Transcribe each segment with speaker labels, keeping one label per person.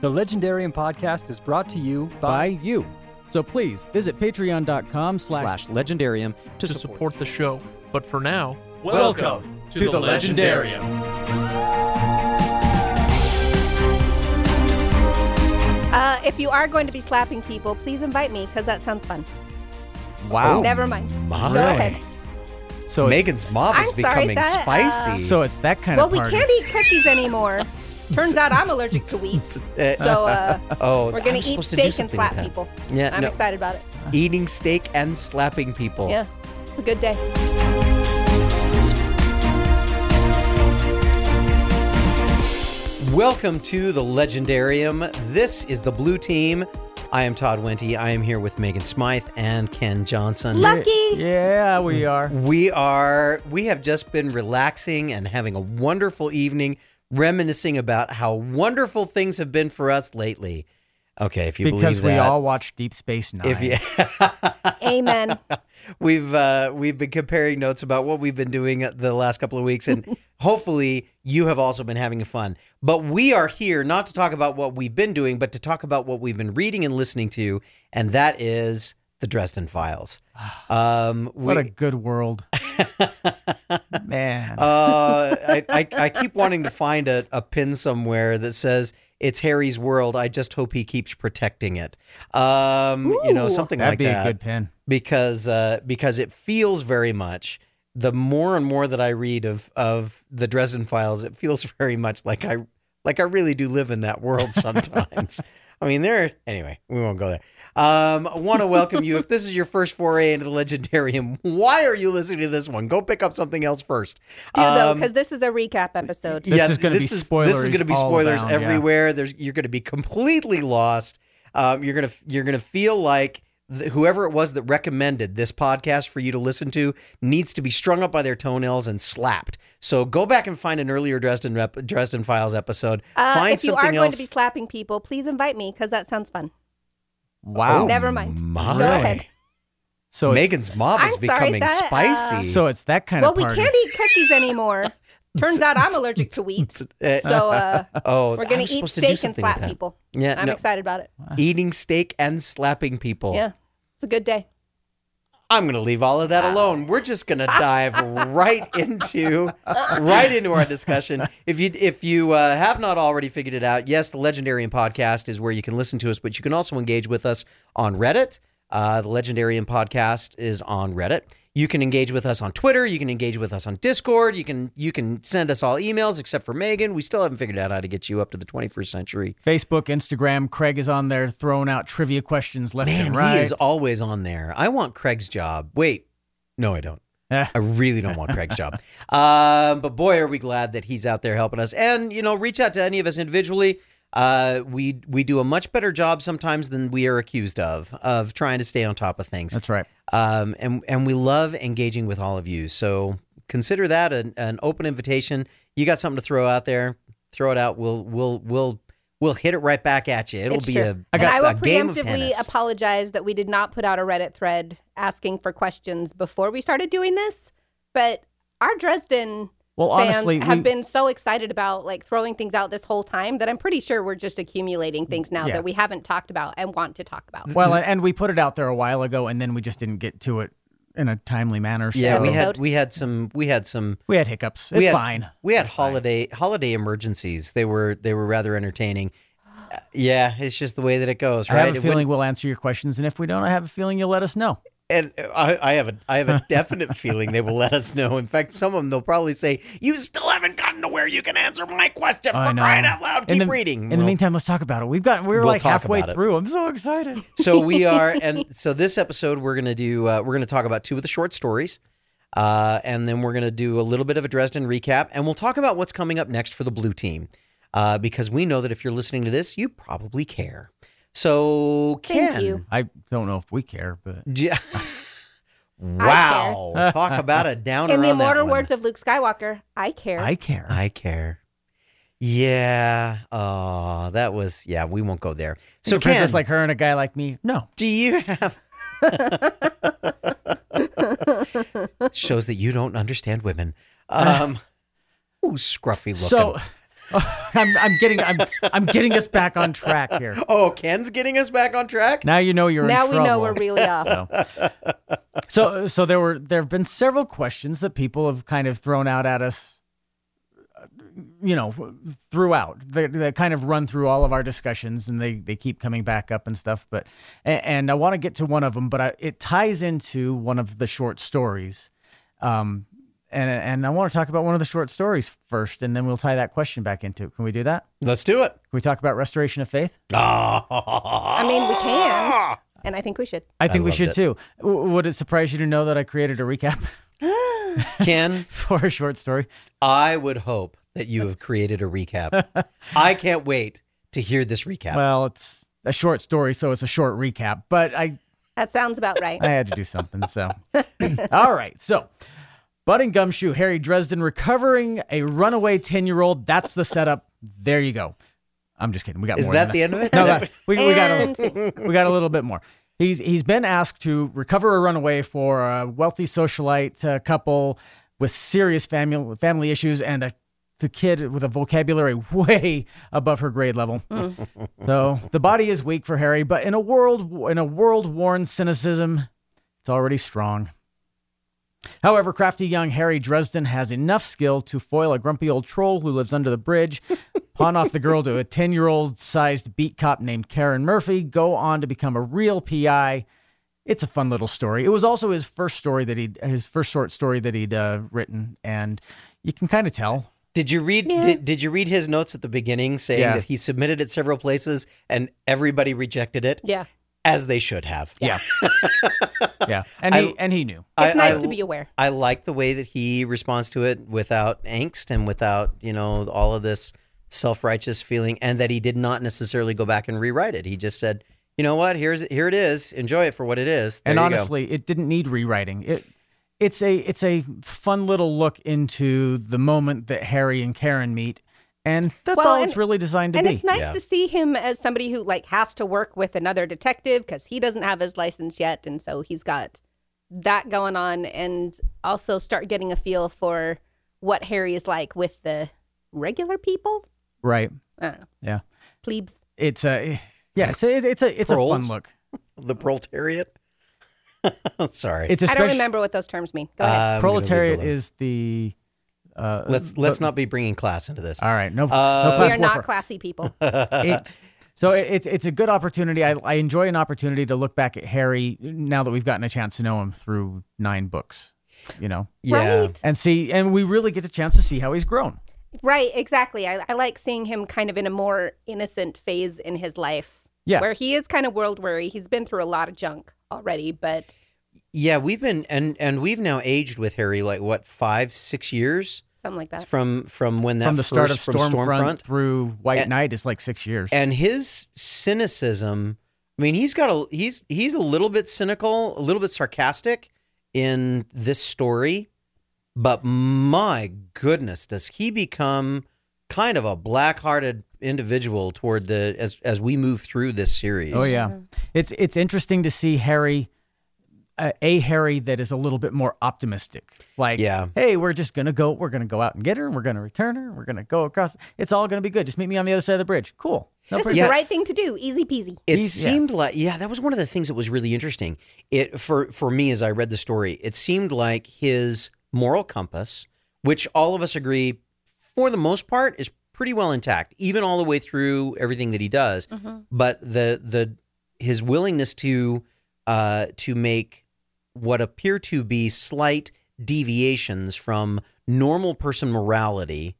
Speaker 1: The Legendarium podcast is brought to you
Speaker 2: by
Speaker 1: by,
Speaker 2: you. So please visit patreon.com slash
Speaker 3: slash legendarium to
Speaker 4: to
Speaker 3: support.
Speaker 4: support the show. But for now,
Speaker 2: Welcome to the Legendarium.
Speaker 5: Uh, if you are going to be slapping people, please invite me because that sounds fun.
Speaker 6: Wow.
Speaker 5: Never mind.
Speaker 6: My.
Speaker 5: Go ahead.
Speaker 2: So it's,
Speaker 6: Megan's mom is
Speaker 5: I'm sorry,
Speaker 6: becoming
Speaker 5: that, uh,
Speaker 6: spicy.
Speaker 2: so it's that kind
Speaker 5: Well,
Speaker 2: of
Speaker 5: we
Speaker 2: party.
Speaker 5: can't eat cookies anymore. Turns out I'm allergic to wheat,
Speaker 6: Uh,
Speaker 5: so uh,
Speaker 6: oh,
Speaker 5: we're
Speaker 6: I'm
Speaker 5: gonna eat
Speaker 6: supposed to do
Speaker 5: steak and
Speaker 6: something
Speaker 5: slap
Speaker 6: with that.
Speaker 5: people.
Speaker 6: Yeah,
Speaker 5: I'm
Speaker 6: no.
Speaker 5: excited about it.
Speaker 6: Eating steak and slapping people.
Speaker 5: Yeah, it's a good day.
Speaker 6: Welcome to the Legendarium. This is the Blue Team. I am Todd Wente. I am here with Megan Smythe and Ken Johnson.
Speaker 5: Lucky.
Speaker 2: Yeah, we
Speaker 6: Mm-hmm.
Speaker 2: are.
Speaker 6: We are we have just been relaxing and having a wonderful evening reminiscing about how wonderful things have been for us lately. Okay, if you
Speaker 2: Because
Speaker 6: believe
Speaker 2: we
Speaker 6: that.
Speaker 2: all watch Deep Space Nine.
Speaker 6: if you
Speaker 5: Amen.
Speaker 6: We've uh, we've been comparing notes about what we've been doing the last couple of weeks, and hopefully you have also been having fun. But we are here not to talk about what we've been doing, but to talk about what we've been reading and listening to, and that is the Dresden Files. Um, we,
Speaker 2: what a good world. Man.
Speaker 6: uh, I, I I keep wanting to find a, a pin somewhere that says it's Harry's world. I just hope he keeps protecting it. Um, you know
Speaker 5: Ooh.
Speaker 6: something
Speaker 2: That'd
Speaker 6: like
Speaker 2: be
Speaker 6: that
Speaker 2: a good pin.
Speaker 6: because uh, because it feels very much the more and more that I read of of the Dresden Files, it feels very much like I like I really do live in that world sometimes. I mean, there. Anyway, we won't go there. Um, I want to welcome you. If this is your first foray into the Legendarium, why are you listening to this one? Go pick up something else first.
Speaker 5: Do though,
Speaker 6: Um,
Speaker 5: because this is a recap episode.
Speaker 2: This is gonna be
Speaker 6: this This is
Speaker 2: spoilers
Speaker 6: going to be
Speaker 2: all
Speaker 6: spoilers
Speaker 2: around, yeah.
Speaker 6: everywhere. There's you're going to be completely lost. Um, you're gonna you're gonna feel like th- whoever it was that recommended this podcast for you to listen to needs to be strung up by their toenails and slapped. So go back and find an earlier Dresden rep, Dresden Files episode.
Speaker 5: Uh,
Speaker 6: find
Speaker 5: if you are
Speaker 6: something
Speaker 5: going
Speaker 6: else.
Speaker 5: to be slapping people, please invite me because that sounds fun.
Speaker 2: Wow.
Speaker 5: Never mind.
Speaker 6: Oh, My.
Speaker 5: Go ahead.
Speaker 2: So it's,
Speaker 6: Megan's mom is
Speaker 5: I'm sorry,
Speaker 6: becoming
Speaker 5: that, uh,
Speaker 6: spicy.
Speaker 2: so it's that kind
Speaker 5: Well,
Speaker 2: of
Speaker 5: we
Speaker 2: party.
Speaker 5: can't e- eat cookies anymore. Turns out I'm allergic to wheat,
Speaker 6: Uh,
Speaker 5: so uh,
Speaker 6: oh,
Speaker 5: we're
Speaker 6: I
Speaker 5: gonna
Speaker 6: was
Speaker 5: eat
Speaker 6: supposed to do
Speaker 5: steak and
Speaker 6: something with
Speaker 5: slap
Speaker 6: that.
Speaker 5: people.
Speaker 6: Yeah,
Speaker 5: I'm
Speaker 6: no,
Speaker 5: excited about it.
Speaker 6: eating steak and slapping people.
Speaker 5: Yeah, it's a good day.
Speaker 6: I'm going to leave all of that alone. We're just going to dive right into right into our discussion. If you if you uh, have not already figured it out, yes, the Legendarium podcast is where you can listen to us, but you can also engage with us on Reddit. Uh, the Legendarium podcast is on Reddit. You can engage with us on Twitter. You can engage with us on Discord. You can you can send us all emails except for Megan. We still haven't figured out how to get you up to the 21st century.
Speaker 2: Facebook, Instagram, Craig is on there throwing out trivia questions left
Speaker 6: Man,
Speaker 2: and right.
Speaker 6: he is always on there. I want Craig's job. Wait, no, I don't.
Speaker 2: Eh.
Speaker 6: I really don't want Craig's job. Um, but boy, are we glad that he's out there helping us. And you know, reach out to any of us individually. Uh, we we do a much better job sometimes than we are accused of of trying to stay on top of things.
Speaker 2: That's right.
Speaker 6: Um, and and we love engaging with all of you. So consider that an, an open invitation. You got something to throw out there? Throw it out. We'll we'll we'll we'll hit it right back at you. It'll
Speaker 5: It's
Speaker 6: be
Speaker 5: true.
Speaker 6: a
Speaker 5: And
Speaker 6: a
Speaker 5: I will
Speaker 6: game of
Speaker 5: preemptively
Speaker 6: tennis.
Speaker 5: apologize that we did not put out a Reddit thread asking for questions before we started doing this, but our Dresden
Speaker 2: Well,
Speaker 5: fans
Speaker 2: honestly,
Speaker 5: have
Speaker 2: we,
Speaker 5: been so excited about like throwing things out this whole time that I'm pretty sure we're just accumulating things now
Speaker 2: Yeah.
Speaker 5: that we haven't talked about and want to talk about.
Speaker 2: well, and- and we put it out there a while ago, and then we just didn't get to it in a timely manner.
Speaker 6: Yeah,
Speaker 2: so
Speaker 6: we had
Speaker 5: episode.
Speaker 6: we had some we had some
Speaker 2: we had hiccups. It's
Speaker 6: we had
Speaker 2: fine.
Speaker 6: we had holiday holiday emergencies. They were they were rather entertaining. Uh, yeah, it's just the way that it goes,
Speaker 2: I
Speaker 6: right?
Speaker 2: have a
Speaker 6: It
Speaker 2: feeling we'll answer your questions, and if we don't, I have a feeling you'll let us know.
Speaker 6: wouldn't- and I, I have a I have a definite feeling they will let us know. In fact, some of them they'll probably say, "You still haven't gotten to where you can answer my question."
Speaker 2: I
Speaker 6: For
Speaker 2: know.
Speaker 6: crying out loud,
Speaker 2: In
Speaker 6: keep
Speaker 2: the-
Speaker 6: reading.
Speaker 2: In the
Speaker 6: Well,
Speaker 2: meantime, let's talk about it. We've got we're
Speaker 6: We'll
Speaker 2: like
Speaker 6: talk
Speaker 2: halfway
Speaker 6: about it.
Speaker 2: through. I'm so excited.
Speaker 6: so we are, and so this episode we're gonna do uh, we're gonna talk about two of the short stories. Uh, and then we're going to do a little bit of a Dresden recap, and we'll talk about what's coming up next for the blue team, uh, because we know that if you're listening to this, you probably care. So, Ken,
Speaker 5: Thank you.
Speaker 2: I don't know if we care, but
Speaker 6: j- wow, talk about a downer.
Speaker 5: In the
Speaker 6: on that
Speaker 5: immortal
Speaker 6: one.
Speaker 5: words of Luke Skywalker, I care.
Speaker 2: I care.
Speaker 6: I care. Yeah. Oh, that was yeah. We won't go there. So,
Speaker 2: a princess
Speaker 6: Ken,
Speaker 2: like her and a guy like me. No,
Speaker 6: do you have? Shows that you don't understand women. Um, ooh, scruffy looking.
Speaker 2: so I'm, I'm getting I'm I'm getting us back on track here.
Speaker 6: Oh, Ken's getting us back on track.
Speaker 2: Now you know you're
Speaker 5: now
Speaker 2: in
Speaker 5: we know
Speaker 2: trouble.
Speaker 5: we're really off.
Speaker 2: so so there were there have been several questions that people have kind of thrown out at us uh, you know throughout they, they kind of run through all of our discussions and they they keep coming back up and stuff but and, and i want to get to one of them but I, it ties into one of the short stories um and and i want to talk about one of the short stories first and then we'll tie that question back into it. can we do that
Speaker 6: Let's do it.
Speaker 2: can we talk about restoration of faith
Speaker 6: I Ah.
Speaker 5: I mean, we can, and I think we should.
Speaker 2: i think we
Speaker 6: loved
Speaker 2: should
Speaker 6: it.
Speaker 2: too W- would it surprise you to know that i created a recap
Speaker 6: Ken,
Speaker 2: for a short story
Speaker 6: I would hope that you have created a recap. I can't wait to hear this recap.
Speaker 2: Well, it's a short story, so it's a short recap, but I,
Speaker 5: That sounds about right.
Speaker 2: I had to do something. So, all right. So, Bud and Gumshoe, Harry Dresden recovering a runaway 10 year old. That's the setup. There you go. I'm just kidding. We got
Speaker 6: Is
Speaker 2: more.
Speaker 6: that
Speaker 2: than
Speaker 6: the end of it?
Speaker 2: No, that, we, we, got
Speaker 5: And
Speaker 2: a, we got a little bit more. He's, he's been asked to recover a runaway for a wealthy socialite uh, couple with serious family, family issues and a the kid with a vocabulary way above her grade level. so the body is weak for Harry, but in a world in a world worn cynicism, it's already strong. However, crafty young Harry Dresden has enough skill to foil a grumpy old troll who lives under the bridge, pawn off the girl to a 10 year old sized beat cop named Karen Murphy, go on to become a real PI. It's a fun little story. It was also his first story that he, his first short story that he'd uh, written, and you can kind of tell.
Speaker 6: Did you read? Did, did you read his notes at the beginning saying
Speaker 2: Yeah.
Speaker 6: that he submitted it several places and everybody rejected it,
Speaker 5: Yeah,
Speaker 6: as they should have?
Speaker 2: Yeah, yeah, and
Speaker 6: I-
Speaker 2: he and he knew.
Speaker 5: it's nice
Speaker 6: I,
Speaker 5: to be aware.
Speaker 6: I like the way that he responds to it without angst and without you know all of this self-righteous feeling, and that he did not necessarily go back and rewrite it. He just said, "You know what? Here's here it is. Enjoy it for what it is." There
Speaker 2: and
Speaker 6: you go.
Speaker 2: honestly, it didn't need rewriting. It it's a it's a fun little look into the moment that Harry and Karen meet, and that's
Speaker 5: Well,
Speaker 2: all
Speaker 5: and-
Speaker 2: it's really designed to
Speaker 5: And
Speaker 2: be.
Speaker 5: it's nice
Speaker 6: Yeah.
Speaker 5: to see him as somebody who like has to work with another detective because he doesn't have his license yet, and so he's got that going on, and also start getting a feel for what Harry is like with the regular people.
Speaker 2: right?
Speaker 5: I don't know.
Speaker 2: Yeah.
Speaker 5: plebes.
Speaker 2: It's a yeah. So it, it's a it's a
Speaker 6: Proles?
Speaker 2: fun look.
Speaker 6: the proletariat. Sorry,
Speaker 2: It's
Speaker 5: I
Speaker 2: especially
Speaker 5: don't remember what those terms mean.
Speaker 2: Uh,
Speaker 5: Go ahead.
Speaker 6: I'm gonna leave it
Speaker 2: proletariat
Speaker 6: alone.
Speaker 2: is the uh,
Speaker 6: Let's
Speaker 2: the-
Speaker 6: let's not be bringing class into this.
Speaker 2: All right, no, no
Speaker 6: Uh,
Speaker 5: we
Speaker 2: class
Speaker 5: are not
Speaker 2: warfare.
Speaker 5: classy people.
Speaker 2: it, so it, it's it's a good opportunity. I, I enjoy an opportunity to look back at Harry now that we've gotten a chance to know him through nine books, you know,
Speaker 6: Yeah.
Speaker 5: Right?
Speaker 2: and see, and we really get a chance to see how he's grown.
Speaker 5: Right, exactly. I, I like seeing him kind of in a more innocent phase in his life.
Speaker 2: Yeah.
Speaker 5: Where he is kind of world weary. He's been through a lot of junk already, but
Speaker 6: Yeah, we've been and and we've now aged with Harry like what five six years
Speaker 5: something like that.
Speaker 6: from from when that
Speaker 2: from the start of
Speaker 6: first- from
Speaker 2: Stormfront,
Speaker 6: Stormfront.
Speaker 2: through White
Speaker 6: And-
Speaker 2: Knight is like six years.
Speaker 6: and his cynicism. I mean, he's got a he's he's a little bit cynical, a little bit sarcastic in this story, but my goodness, does he become kind of a black-hearted individual toward the as as we move through this series?
Speaker 2: oh yeah, it's it's interesting to see Harry, uh, a Harry that is a little bit more optimistic. Like,
Speaker 6: Yeah.
Speaker 2: hey, we're just gonna go, we're gonna go out and get her, and we're gonna return her, and we're gonna go across. It's all gonna be good. Just meet me on the other side of the bridge. Cool. No
Speaker 5: This
Speaker 2: problem.
Speaker 5: is
Speaker 6: Yeah.
Speaker 5: the right thing to do. Easy peasy.
Speaker 6: It
Speaker 2: He's- yeah.
Speaker 6: seemed like yeah, that was one of the things that was really interesting. It for for me as I read the story, it seemed like his moral compass, which all of us agree for the most part is pretty well intact, even all the way through everything that he does. But the the his willingness to uh to make what appear to be slight deviations from normal person morality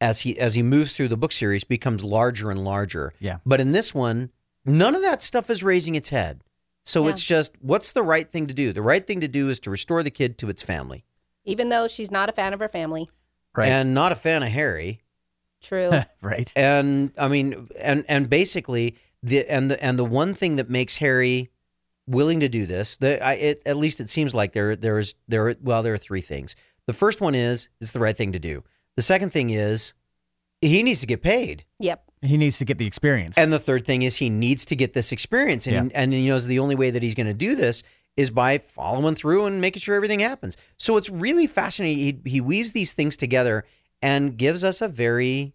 Speaker 6: as he as he moves through the book series becomes larger and larger.
Speaker 2: Yeah.
Speaker 6: But in this one, none of that stuff is raising its head. So
Speaker 5: Yeah.
Speaker 6: it's just what's the right thing to do? The right thing to do is to restore the kid to its family.
Speaker 5: Even though she's not a fan of her family.
Speaker 2: Right.
Speaker 6: And not a fan of Harry.
Speaker 5: True.
Speaker 2: right.
Speaker 6: And I mean and and basically the and the and the one thing that makes Harry willing to do this, the I it, at least it seems like there there is there well there are three things. The first one is it's the right thing to do. The second thing is he needs to get paid.
Speaker 5: yep.
Speaker 2: He needs to get the experience.
Speaker 6: And the third thing is he needs to get this experience, and and he knows the only way that he's going to do this is by following through and making sure everything happens. So it's really fascinating. He, he weaves these things together and gives us a very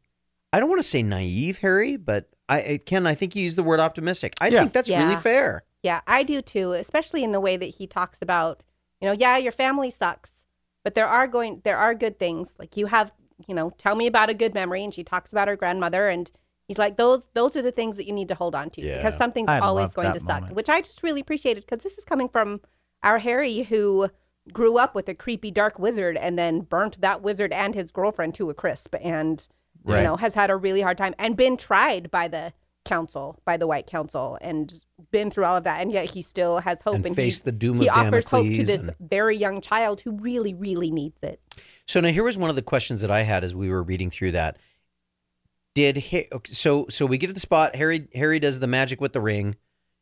Speaker 6: I don't want to say naive, Harry, but I I- Ken, I think you used the word optimistic. I
Speaker 2: Yeah.
Speaker 6: think that's really
Speaker 5: Yeah.
Speaker 6: fair.
Speaker 5: Yeah, I do too, especially in the way that he talks about, you know, yeah, your family sucks, but there are going there are good things. Like you have, you know, tell me about a good memory and she talks about her grandmother and he's like those those are the things that you need to hold on to because
Speaker 6: Yeah.
Speaker 5: something's
Speaker 2: I
Speaker 5: always
Speaker 2: love
Speaker 5: going
Speaker 2: that
Speaker 5: to suck,
Speaker 2: moment.
Speaker 5: which I just really appreciated because this is coming from our Harry who grew up with a creepy dark wizard and then burnt that wizard and his girlfriend to a crisp and
Speaker 6: Right.
Speaker 5: you know has had a really hard time and been tried by the council by the white council and been through all of that and yet he still has hope
Speaker 6: And
Speaker 5: and
Speaker 6: face
Speaker 5: Oh, he,
Speaker 6: the doom
Speaker 5: he
Speaker 6: of
Speaker 5: offers hope to
Speaker 6: Damocles
Speaker 5: this
Speaker 6: and-
Speaker 5: very young child who really really needs it
Speaker 6: So now here was one of the questions that I had as we were reading through that. Did Ha- okay, so so we get to the spot. Harry Harry does the magic with the ring,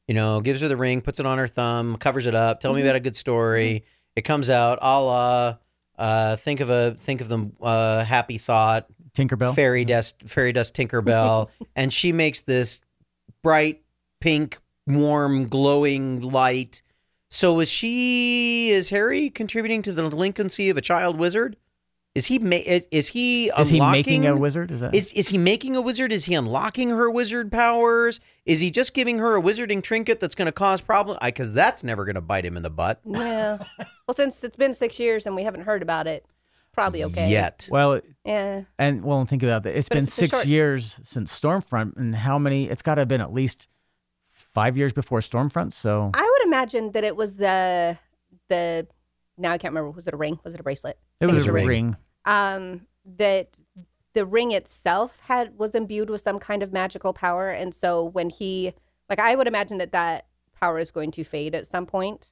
Speaker 6: you know, gives her the ring, puts it on her thumb, covers it up. Tell me
Speaker 5: Mhm.
Speaker 6: about a good story. It comes out. Allah, uh, think of a think of the uh, happy thought.
Speaker 2: Tinkerbell.
Speaker 6: Fairy dust, fairy dust, Tinkerbell, and she makes this bright pink, warm, glowing light. So is she? Is Harry contributing to the delinquency of a child wizard? Is he? Ma- is he?
Speaker 2: Is he
Speaker 6: unlocking-
Speaker 2: making a wizard? Is that?
Speaker 6: Is is he making a wizard? Is he unlocking her wizard powers? Is he just giving her a wizarding trinket that's going to cause problem? Because that's never going to bite him in the butt
Speaker 5: yeah well since it's been six years and we haven't heard about it probably okay
Speaker 6: yet.
Speaker 2: well,
Speaker 5: yeah
Speaker 2: and well, and think about that. it's
Speaker 5: But
Speaker 2: been
Speaker 5: it's a
Speaker 2: six
Speaker 5: short-
Speaker 2: years since Stormfront, and how many? It's got to have been at least five years before Stormfront. So
Speaker 5: i would imagine that it was the the now i can't remember was it a ring was it a bracelet
Speaker 2: it was
Speaker 5: it's
Speaker 2: a
Speaker 5: a
Speaker 2: ring.
Speaker 5: ring. um, that the ring itself had was imbued with some kind of magical power, and so when he like I would imagine that that power is going to fade at some point,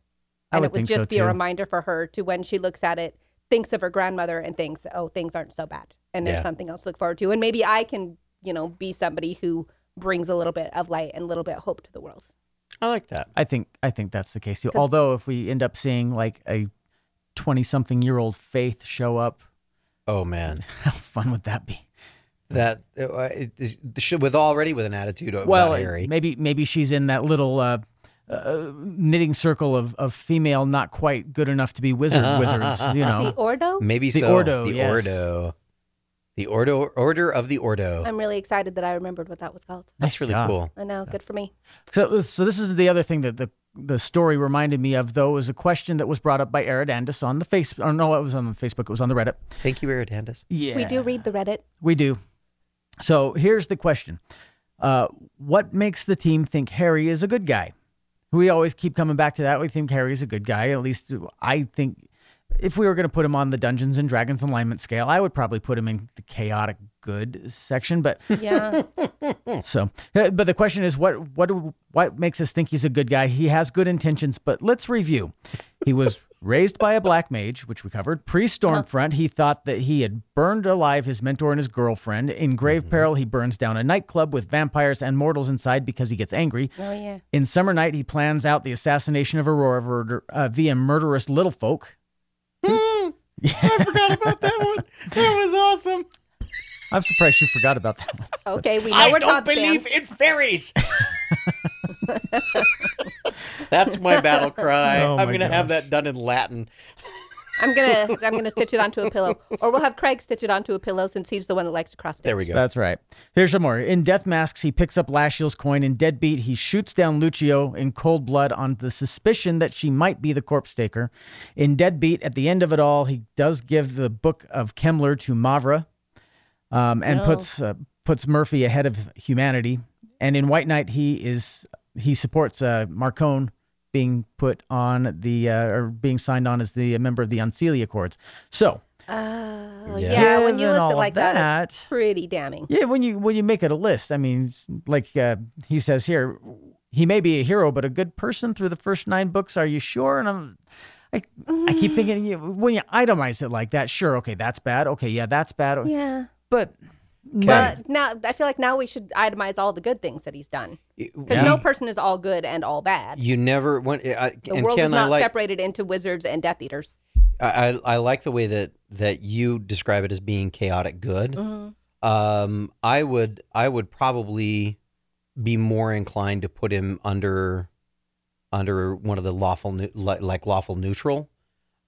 Speaker 2: I
Speaker 5: and
Speaker 2: would
Speaker 5: it would
Speaker 2: think
Speaker 5: just
Speaker 2: so
Speaker 5: be
Speaker 2: too.
Speaker 5: a reminder for her to when she looks at it, thinks of her grandmother and thinks, oh, things aren't so bad, and there's
Speaker 6: Yeah.
Speaker 5: something else to look forward to, and maybe I can you know be somebody who brings a little bit of light and a little bit of hope to the world.
Speaker 6: I like that.
Speaker 2: I think I think that's the case too.
Speaker 5: 'Cause-
Speaker 2: Although if we end up seeing like a twenty-something-year-old Faith show up,
Speaker 6: Oh man,
Speaker 2: how fun would that be?
Speaker 6: that uh, it, it, with already with an attitude about
Speaker 2: well,
Speaker 6: Harry.
Speaker 2: maybe maybe she's in that little uh, uh, knitting circle of, of female not quite good enough to be wizard wizards. You
Speaker 5: The
Speaker 2: know,
Speaker 5: Ordo.
Speaker 6: Maybe
Speaker 2: The
Speaker 6: so.
Speaker 2: Ordo,
Speaker 6: the
Speaker 2: yes.
Speaker 6: Ordo. The Ordo Order of the Ordo.
Speaker 5: I'm really excited that I remembered what that was called.
Speaker 6: That's really
Speaker 2: job.
Speaker 6: cool.
Speaker 5: I know, good for me.
Speaker 2: So so this is the other thing that the the story reminded me of though is a question that was brought up by Eridandus on the face or no it was on the Facebook it was on the Reddit.
Speaker 6: Thank you, Eridandus.
Speaker 2: Yeah.
Speaker 5: We do read the Reddit.
Speaker 2: We do. So here's the question uh, What makes the team think Harry is a good guy? We always keep coming back to that. We think Harry is a good guy. At least I think if we were going to put him on the Dungeons and Dragons alignment scale, I would probably put him in the chaotic good section. But
Speaker 5: Yeah.
Speaker 2: so, uh, but the question is, what what do- what makes us think he's a good guy? He has good intentions, but let's review. He was raised by a black mage, which we covered. Pre Stormfront, he thought that he had burned alive his mentor and his girlfriend. In grave peril, he burns down a nightclub with vampires and mortals inside because he gets angry.
Speaker 5: oh yeah.
Speaker 2: In Summer Night, he plans out the assassination of Aurora ver- uh, via murderous little folk.
Speaker 6: I forgot about that one. That was awesome.
Speaker 2: I'm surprised you forgot about that one.
Speaker 5: Okay, we know we're top Sam.
Speaker 6: in fairies. That's my battle cry.
Speaker 2: Oh,
Speaker 6: I'm
Speaker 2: my
Speaker 6: going to have that done in Latin.
Speaker 5: I'm gonna I'm gonna stitch it onto a pillow, or we'll have Craig stitch it onto a pillow since he's the one that likes to cross stitch.
Speaker 6: There we go.
Speaker 2: That's right. Here's some more. In Death Masks, he picks up Lashiel's coin. In Deadbeat, he shoots down Lucio in cold blood on the suspicion that she might be the corpse taker. In Deadbeat, at the end of it all, he does give the book of Kemler to Mavra um, and
Speaker 5: No.
Speaker 2: puts uh, puts Murphy ahead of humanity. And in White Knight, he is he supports uh, Marcone being put on the uh, or being signed on as the a member of the Unseelie Accords. So.
Speaker 5: Oh
Speaker 6: Yeah.
Speaker 5: yeah. when you
Speaker 2: Given
Speaker 5: list
Speaker 2: all
Speaker 5: it
Speaker 2: of
Speaker 5: like that, it's
Speaker 2: that-
Speaker 5: pretty damning.
Speaker 2: Yeah, when you when you make it a list, I mean, it's like uh, he says here, he may be a hero, but a good person through the first nine books. Are you sure? And I'm, I, I keep thinking you- when you itemize it like that, sure, okay, that's bad. Okay, yeah, that's bad.
Speaker 5: Yeah.
Speaker 2: But
Speaker 5: But now I feel like now we should itemize all the good things that he's done because
Speaker 2: Yeah.
Speaker 5: no person is all good and all bad.
Speaker 6: You never went. I,
Speaker 5: The
Speaker 6: and
Speaker 5: world is
Speaker 6: Ken, I
Speaker 5: not
Speaker 6: like.
Speaker 5: separated into wizards and Death Eaters.
Speaker 6: I, I I like the way that that you describe it as being chaotic good.
Speaker 5: Mhm.
Speaker 6: Um, I would I would probably be more inclined to put him under under one of the lawful neu- li- like lawful neutral.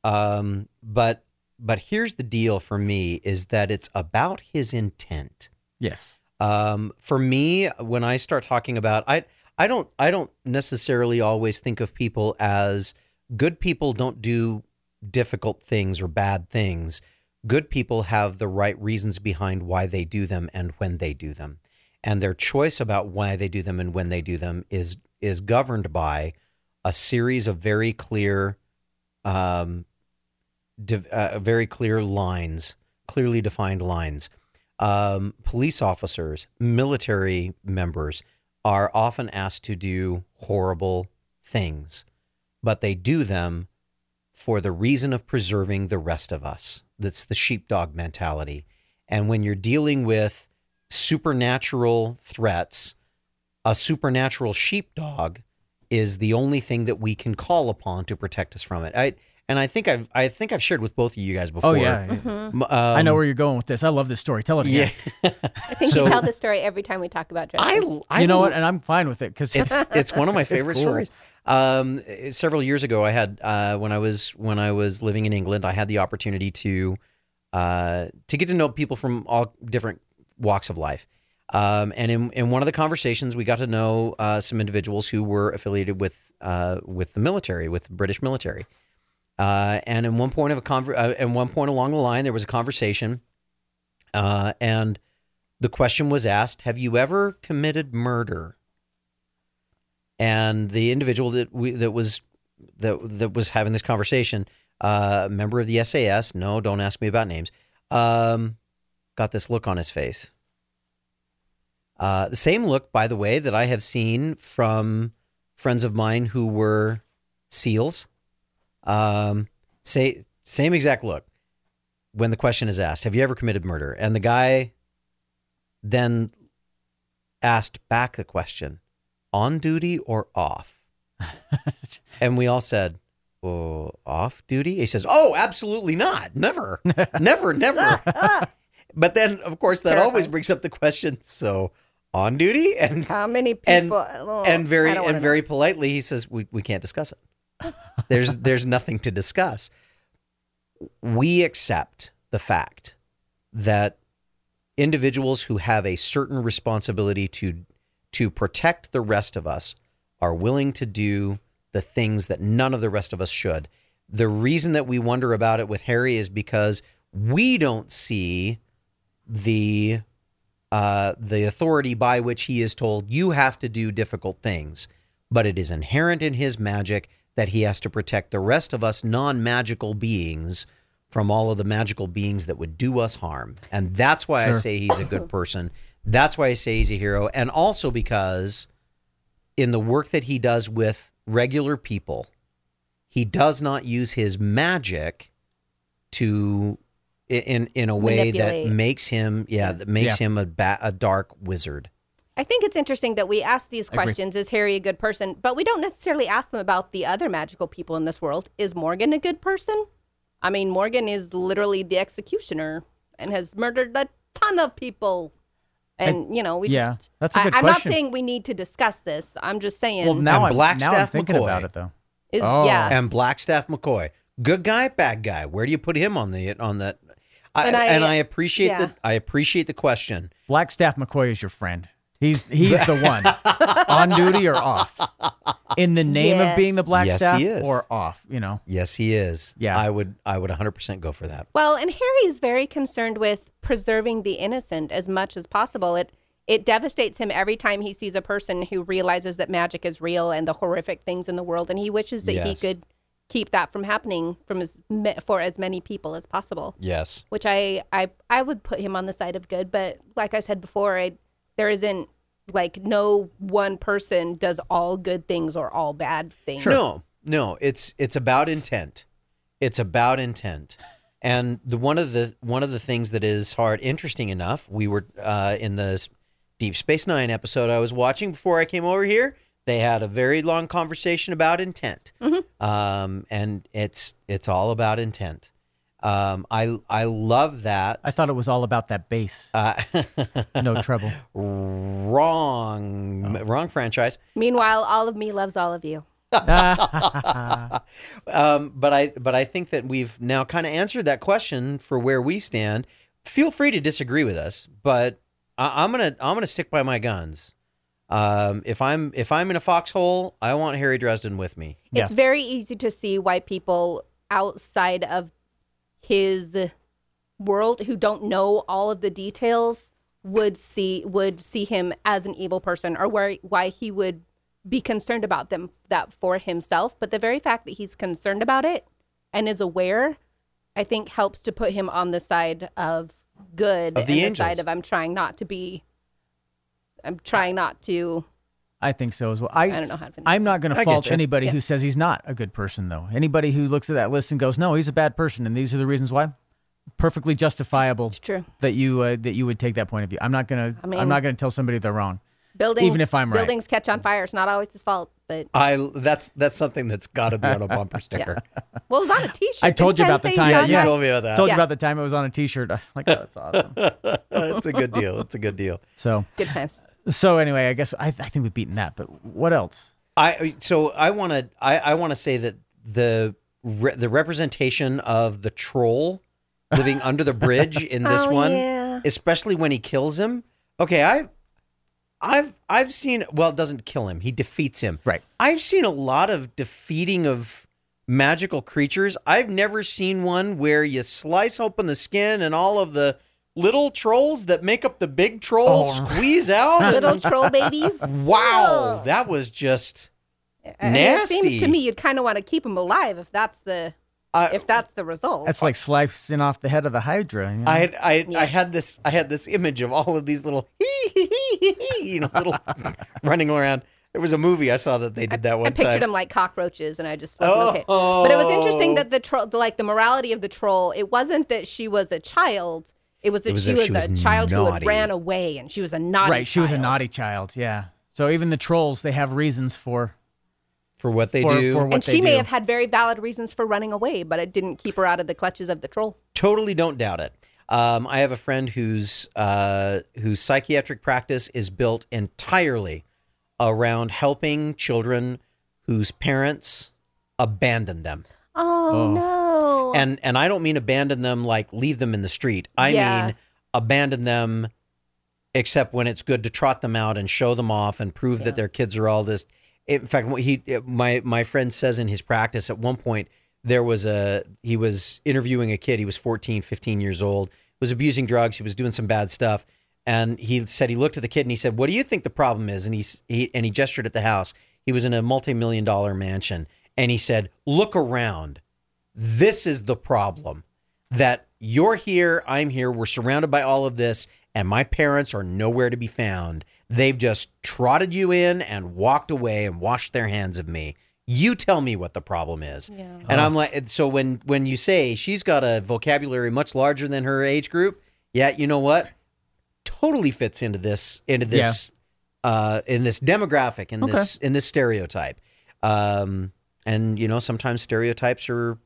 Speaker 6: Um, but but here's the deal for me is that it's about his intent.
Speaker 2: yes,
Speaker 6: Um, for me, when I start talking about I I don't I don't necessarily always think of people as good people don't do difficult things or bad things. Good people have the right reasons behind why they do them and when they do them. And their choice about why they do them and when they do them is is governed by a series of very clear um, div- uh, very clear lines, clearly defined lines. Um, police officers, military members are often asked to do horrible things, but they do them for the reason of preserving the rest of us. That's the sheepdog mentality. And when you're dealing with supernatural threats, a supernatural sheepdog is the only thing that we can call upon to protect us from it. I and I think I've I think I've shared with both of you guys before.
Speaker 2: Oh yeah, yeah.
Speaker 6: M-
Speaker 2: I know
Speaker 6: um,
Speaker 2: where you're going with this. I love this story. Tell it again.
Speaker 6: Yeah,
Speaker 5: I think
Speaker 6: So-
Speaker 5: you tell this story every time we talk about Dracula.
Speaker 6: I, I
Speaker 2: you know what?
Speaker 6: lo-
Speaker 2: And I'm fine with it because
Speaker 6: it's it's one of my favorite
Speaker 2: cool.
Speaker 6: stories. Um, eh, several years ago, I had uh, when I was when I was living in England, I had the opportunity to uh, to get to know people from all different walks of life. Um, and in, in one of the conversations, we got to know uh, some individuals who were affiliated with uh, with the military, with the British military. Uh, and in one point of a conver- uh, in one point along the line, there was a conversation, uh, and the question was asked: Have you ever committed murder? and the individual that we that was that that was having this conversation, uh, a member of the SAS. No, don't ask me about names. Um, got this look on his face. Uh, the same look, by the way, that I have seen from friends of mine who were SEALs. Um, say same exact look when the question is asked, "Have you ever committed murder?" and the guy then asked back the question on duty or off? and we all said, oh, off duty? He says, oh, absolutely not. Never, never, never. but then, of course, that always
Speaker 5: Terrifying.
Speaker 6: brings up the question. So on duty? And,
Speaker 5: How many
Speaker 6: And-
Speaker 5: people? oh,
Speaker 6: and very,
Speaker 5: I don't wanna
Speaker 6: and very politely, he says, we, we can't discuss it. There's, there's nothing to discuss. We accept the fact that individuals who have a certain responsibility to to protect the rest of us are willing to do the things that none of the rest of us should. The reason that we wonder about it with Harry is because we don't see the uh, the authority by which he is told you have to do difficult things, but it is inherent in his magic that he has to protect the rest of us non-magical beings from all of the magical beings that would do us harm. And that's why I
Speaker 2: Sure.
Speaker 6: say he's a good person. That's why I say he's a hero. And also because in the work that he does with regular people, he does not use his magic to in in a way that
Speaker 5: Manipulate.
Speaker 6: makes him yeah that makes him a ba- a dark wizard.
Speaker 5: I think it's interesting that we ask these
Speaker 2: Agree.
Speaker 5: questions is Harry a good person? But we don't necessarily ask them about the other magical people in this world. Is Morgan a good person? I mean, Morgan is literally the executioner and has murdered a ton of people. And, you know, we
Speaker 2: yeah,
Speaker 5: just.
Speaker 2: that's a good
Speaker 5: I, I'm
Speaker 2: question.
Speaker 5: not saying we need to discuss this. I'm just saying.
Speaker 2: well now I'm now I'm
Speaker 6: Blackstaff
Speaker 2: thinking
Speaker 6: McCoy.
Speaker 2: about it though.
Speaker 5: is,
Speaker 2: oh.
Speaker 5: yeah.
Speaker 6: And Blackstaff McCoy, good guy, bad guy. Where do you put him on the on that? I, and,
Speaker 5: And
Speaker 6: I,
Speaker 5: I-
Speaker 6: appreciate
Speaker 5: yeah.
Speaker 6: the I appreciate the question.
Speaker 2: Blackstaff McCoy is your friend. He's he's the one on duty or off in the name of
Speaker 5: Yes.
Speaker 2: being the Blackstaff
Speaker 6: Yes, he is.
Speaker 2: or off. You know,
Speaker 6: Yes, he is.
Speaker 2: Yeah.
Speaker 6: I would I would 100 percent go for that.
Speaker 5: Well, and Harry is very concerned with preserving the innocent as much as possible. It it devastates him every time he sees a person who realizes that magic is real and the horrific things in the world, and he wishes that he
Speaker 6: Yes.
Speaker 5: could keep that from happening from as ma- for as many people as possible.
Speaker 6: Yes,
Speaker 5: Which I I I would put him on the side of good, but like I said before, I, there isn't like no one person does all good things or all bad things.
Speaker 6: No, no, it's it's about intent. It's about intent. And the one of the one of the things that is hard, interesting enough, we were uh, in the Deep Space Nine episode I was watching before I came over here. They had a very long conversation about intent,
Speaker 2: Mm-hmm.
Speaker 6: um, and it's it's all about intent. Um, I I love that.
Speaker 2: I thought it was all about that bass.
Speaker 6: uh,
Speaker 2: No trouble.
Speaker 6: wrong
Speaker 2: Oh.
Speaker 6: wrong franchise.
Speaker 5: Meanwhile, all of me loves all of you.
Speaker 6: um, but I but I think that we've now kind of answered that question for where we stand. Feel free to disagree with us, but I, I'm gonna I'm gonna stick by my guns. Um, if I'm if I'm in a foxhole, I want Harry Dresden with me.
Speaker 2: Yeah.
Speaker 5: It's very easy to see why people outside of his world who don't know all of the details would see would see him as an evil person or where, why he would be concerned about them that for himself but the very fact that he's concerned about it and is aware i think helps to put him on the side of good
Speaker 6: Of the
Speaker 5: and the
Speaker 6: angels.
Speaker 5: side of i'm trying not to be i'm trying not to
Speaker 2: I think so as well.
Speaker 5: i
Speaker 2: I
Speaker 5: don't know how to
Speaker 2: I'm not going
Speaker 6: I
Speaker 2: to
Speaker 6: get
Speaker 2: fault
Speaker 6: you.
Speaker 2: anybody who says he's not a good person though. Anybody who looks at that list and goes, "No, he's a bad person," and these are the reasons why. Perfectly justifiable
Speaker 5: it's true
Speaker 2: that you uh, that you would take that point of view. I'm not gonna
Speaker 5: I mean-
Speaker 2: I'm not gonna tell somebody they're wrong.
Speaker 5: buildings
Speaker 2: if I'm right.
Speaker 5: buildings catch on fire it's not always his fault but
Speaker 6: I that's that's something that's got to be on a bumper sticker.
Speaker 5: well it was on a t-shirt
Speaker 2: I
Speaker 5: Didn't
Speaker 2: told you
Speaker 5: Patty
Speaker 2: about the
Speaker 5: say
Speaker 2: time-
Speaker 5: he's
Speaker 6: yeah,
Speaker 5: on
Speaker 6: you
Speaker 5: that?
Speaker 6: told me about that.
Speaker 2: Told
Speaker 5: uh, Yeah.
Speaker 2: you about the time it was on a T-shirt. I was like, oh, "That's awesome."
Speaker 6: That's a good deal. That's a good deal.
Speaker 2: so
Speaker 5: good times
Speaker 2: so anyway, I guess I, I think we've beaten that. But what else?
Speaker 6: I so I want to I, I want to say that the re, the representation of the troll living under the bridge in this
Speaker 5: Oh,
Speaker 6: one,
Speaker 5: yeah.
Speaker 6: especially when he kills him. Okay, I I've I've seen well, it doesn't kill him. He defeats him.
Speaker 2: Right.
Speaker 6: I've seen a lot of defeating of magical creatures. I've never seen one where you slice open the skin and all of the little trolls that make up the big troll
Speaker 2: Oh, right.
Speaker 6: squeeze out. and-
Speaker 5: little troll babies
Speaker 6: wow,
Speaker 5: Ugh.
Speaker 6: that was just
Speaker 5: I mean, it seems
Speaker 6: Nasty.
Speaker 5: to me you'd kind of want to keep them alive if that's the
Speaker 6: I-
Speaker 5: if that's the result.
Speaker 2: That's like slicing off the head of the Hydra. you know?
Speaker 6: I had I,
Speaker 5: Yeah.
Speaker 6: I had this I had this image of all of these little hee hee hee hee hee, you know little running around. There was a movie I saw that they did that one
Speaker 5: I pictured
Speaker 6: time.
Speaker 5: them like cockroaches, and I just wasn't okay.
Speaker 6: Oh.
Speaker 5: But it was interesting that the troll, the, like the morality of the troll, it wasn't that she was a child. It was that,
Speaker 6: was
Speaker 5: she,
Speaker 6: that
Speaker 5: was
Speaker 6: she
Speaker 5: a
Speaker 6: was
Speaker 5: child who had
Speaker 6: naughty.
Speaker 5: ran away, and she was a naughty.
Speaker 2: right, she was a
Speaker 5: child.
Speaker 2: naughty child. Yeah. So even the trolls, they have reasons for
Speaker 6: for what they
Speaker 2: for,
Speaker 6: do.
Speaker 2: for what
Speaker 5: And
Speaker 2: they
Speaker 5: she may
Speaker 2: do.
Speaker 5: have had very valid reasons for running away, but it didn't keep her out of the clutches of the troll.
Speaker 6: totally don't doubt it. Um, I have a friend whose uh, whose psychiatric practice is built entirely around helping children whose parents abandon them.
Speaker 5: Oh,
Speaker 2: Oh.
Speaker 5: no!
Speaker 6: and and I don't mean abandon them like leave them in the street. I
Speaker 5: Yeah.
Speaker 6: mean abandon them except when it's good to trot them out and show them off and prove that their kids are all this in fact what he my my friend says in his practice at one point there was a he was interviewing a kid he was 14 15 years old was abusing drugs he was doing some bad stuff and he said he looked at the kid and he said what do you think the problem is and he, s- he and he gestured at the house he was in a multi-million dollar mansion and he said look around this is the problem that you're here, I'm here, we're surrounded by all of this, and my parents are nowhere to be found. They've just trotted you in and walked away and washed their hands of me. You tell me what the problem is.
Speaker 5: Yeah.
Speaker 6: And I'm like, so when when you say she's got a vocabulary much larger than her age group, yeah, you know what? Totally fits into this into this uh, in this demographic in this in this stereotype. Um, and you know, sometimes stereotypes are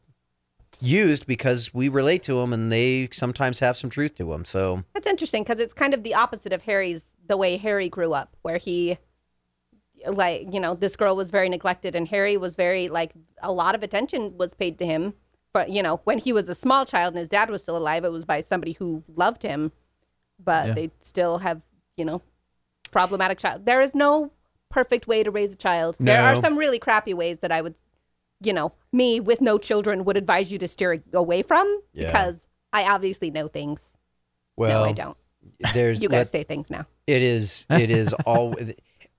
Speaker 6: used because we relate to them and they sometimes have some truth to them. So
Speaker 5: That's interesting because it's kind of the opposite of Harry's the way Harry grew up, where he like you know this girl was very neglected and Harry was very like a lot of attention was paid to him. But you know when he was a small child and his dad was still alive, it was by somebody who loved him. But
Speaker 2: Yeah.
Speaker 5: they still have you know problematic child. There is no perfect way to raise a child. There are
Speaker 6: No.
Speaker 5: some really crappy ways that I would you know me with no children would advise you to steer away from
Speaker 6: Yeah.
Speaker 5: because I obviously know things. no, I don't.
Speaker 6: there's
Speaker 5: You guys
Speaker 6: let-
Speaker 5: say things now.
Speaker 6: it is it is all